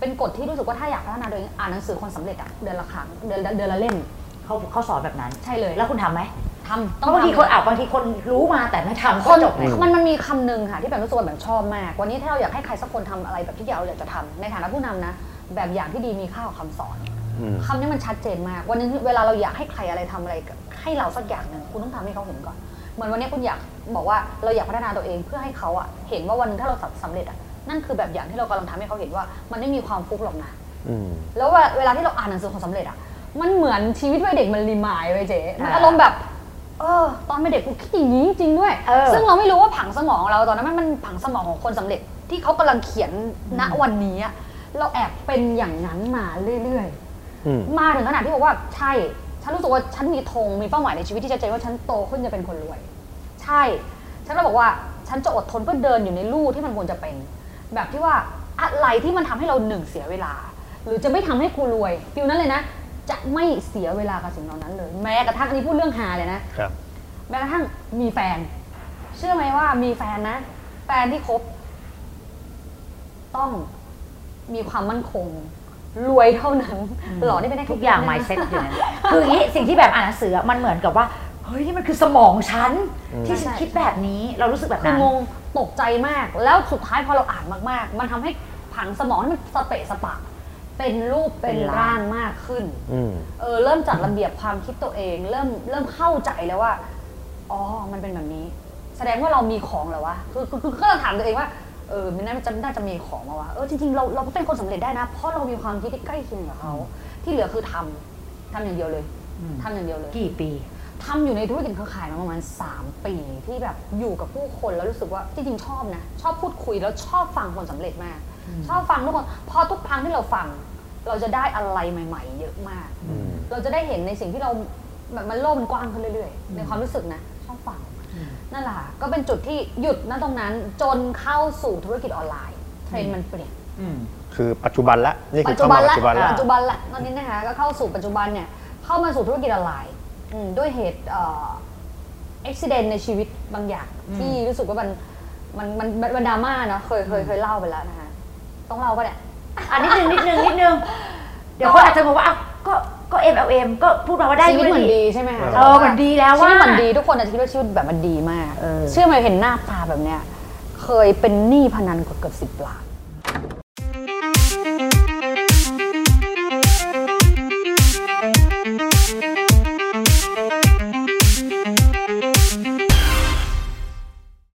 Speaker 3: เป็นกฎที่รู้สึกว่าถ้าอยากพัฒนาตัวเองอ่านหนังสือคนสำเร็จอะเดือนละครั้งเดือนละเดือนละเล่ม
Speaker 1: เขาเขาสอนแบบนั้น
Speaker 3: ใช่เลย
Speaker 1: แล้วคุณทำไหม
Speaker 3: ทำ
Speaker 1: เพราะบางที
Speaker 3: ทำ
Speaker 1: คนอ่าบางทีคนรู้มาแต่ไม่ทำ
Speaker 3: ค
Speaker 1: ก็
Speaker 3: น
Speaker 1: จบเลย
Speaker 3: มันมันมีคำหนึงค่ะ ที่แบบรู้สึกว่าแบบชอบมาก วันนี้ถ้าเราอยากให้ใครสักคนทำอะไรแบบที่เราอยากจะทำในฐานะผู้นำนะ แบบอย่างที่ดีมีค่าของคำสอน
Speaker 2: อืม
Speaker 3: คำนี้มันชัดเจนมาก วันนึงเวลาเราอยากให้ใครอะไรทำอะไรให้เราสักอย่างหนึ่งคุณต้องทำให้เขาเห็นก่อน เหมือนวันนี้คุณอยากบอกว่าเราอยากพัฒนาตัวเองเพื่อให้เขาอะเห็นว่าวันหนึงถ้าเราสำเร็จอะนั่นคือแบบอย่างที่เรากำลังทำให้เขาเห็นว่า มันไม่มีความฟุกหรอกนะ
Speaker 2: อืม
Speaker 3: แล้วเวลาเวลาที่เราอ่านหนังสือความสำเร็จอะมันเหมือนชีวิตวัยเด็กมันรีมายไว้ยเจ๊มัน
Speaker 1: อ่า
Speaker 3: อารมณ์แบบ เออ ตอนเป็นเด็กกูคิดอย่างนี้จริงๆด้วย
Speaker 1: เออ
Speaker 3: ซึ่งเราไม่รู้ว่าผังสมองเราตอนนั้นมันมันผังสมองของคนสำเร็จที่เขากำลังเขียนณวันนี้อะเราแอบเป็นอย่างนั้นมาเรื่อยๆ
Speaker 2: อืม
Speaker 3: มาถึงขนาดที่บอกว่าใช่ ฉันรู้สึกว่าฉันมีธงมีเป้าหมายในชีวิตที่ชัดเจนว่าฉันโตขึ้นจะเป็นคนรวย ใช่ ฉันก็บอกว่าฉันจะอดทนเพื่อเดินอยู่ในลู่ที่มันควรจะเป็น แบบที่ว่าอะไรที่มันทำให้เราหนึ่งเสียเวลา หรือจะไม่ทำให้กูรวยฟิวนั้นเลยนะ จะไม่เสียเวลากับสิ่งเหล่านั้นเลย แม้กระทั่งอันนี้พูดเรื่องหาเลยนะ
Speaker 2: ครับ
Speaker 3: แม้กระทั่งมีแฟน เชื่อไหมว่ามีแฟนนะ แฟนที่คบ ต้องมีความมั่นคง รวยเท่านั้นหล่อนี่ไม่ได้
Speaker 1: ทุกอย่าง
Speaker 3: นะ
Speaker 1: mindset อยู่ นั้นคืออย่างนี้สิ่งที่แบบอ่านหนังสืออะมันเหมือนกับว่า เฮ้ยนี่มันคือสมองฉันที่ฉันคิดแบบนี้เรารู้สึกแบบ
Speaker 3: คือ
Speaker 1: นั้น
Speaker 3: งงตกใจมาก แล้วสุดท้ายพอเราอ่านมากๆ มันทำให้ผังสมองนี่มันสเปะสปะ เป็นรูปเป็น
Speaker 1: เป็นร่าง
Speaker 3: ร่างมากขึ้น
Speaker 2: อืม
Speaker 3: เออเริ่มจัดระเบียบความคิดตัวเอง เริ่มเริ่มเข้าใจแล้วว่า อ๋อ มันเป็นแบบนี้ แสดงว่าเรามีของเหรอวะ คือคือคือก็เราถามตัวเองว่า เออมันน่าจะน่าจะมีของมาวะ เออจริงๆเราเราก็เป็นคนสำเร็จได้นะ เพราะเรามีความคิดที่ใกล้เคียงกับเขา ที่เหลือคือทำทำอย่างเดียวเลย
Speaker 1: อืม
Speaker 3: ทำอย่างเดียวเลย
Speaker 1: กี่ปี
Speaker 3: ทำอยู่ในธุรกิจเครือข่ายมาประมาณ 3 ปีที่แบบอยู่กับผู้คนแล้วรู้สึกว่าจริงๆชอบนะ ชอบพูดคุยแล้วชอบฟังคนสำเร็จมาก ชอบฟังทุกคนเพอทุกครั้งที่เราฟัง เราจะได้อะไรใหม่ ๆ เยอะมาก
Speaker 2: อืม
Speaker 3: เราจะได้เห็นในสิ่งที่เราแบบมันโลกมันกว้างขึ้นเรื่อยๆ ในความรู้สึกนะ ชอบฟัง นั่นแหละค่ะก็เป็นจุดที่หยุดนะตรงนั้นจนเข้าสู่ธุรกิจออนไลน์เทรนด์มันเปลี่ยน
Speaker 2: คือปัจจุบันละ นี่คือ
Speaker 3: ปัจจุ
Speaker 2: เข้า
Speaker 3: บั
Speaker 2: มาน ปัจ
Speaker 3: ละ
Speaker 2: จุบันละ
Speaker 3: ปัจจุบันละตอนนี้นะคะก็เข้าสู่ปัจจุบันเนี่ยเข้ามาสู่ธุรกิจออนไลน์อืมด้วยเหตุเอ่อุบิเหตุในชีวิตบางอย่าง
Speaker 1: อืม
Speaker 3: ที่รู้สึกว่ามันมันมันมันมันดราม่าเนาะเคยเคยเคยเล่าไปแล้วนะคะต้องเล่าปะเนี่ย
Speaker 1: อันนิดนึงนิดนึงนิดนึง เดี๋ยวคนอาจจะงงว่าอ้าวก็ก็ MLM ก็พูดมาว่าได้
Speaker 3: ชีวิตเหมือน
Speaker 1: ดี
Speaker 3: ดีใช่ไหมคะ
Speaker 1: เออเหมือนดีแล้ว
Speaker 3: ชีวิต
Speaker 1: ว่า
Speaker 3: เหมือนดีทุกคนอาจจะคิดว่าชีวิตแบบมันดีมาก
Speaker 1: เออ
Speaker 3: เชื่อไหมเห็นหน้าตาแบบเนี้ยเคยเป็นหนี้พนันกว่าเกือบสิบล้าน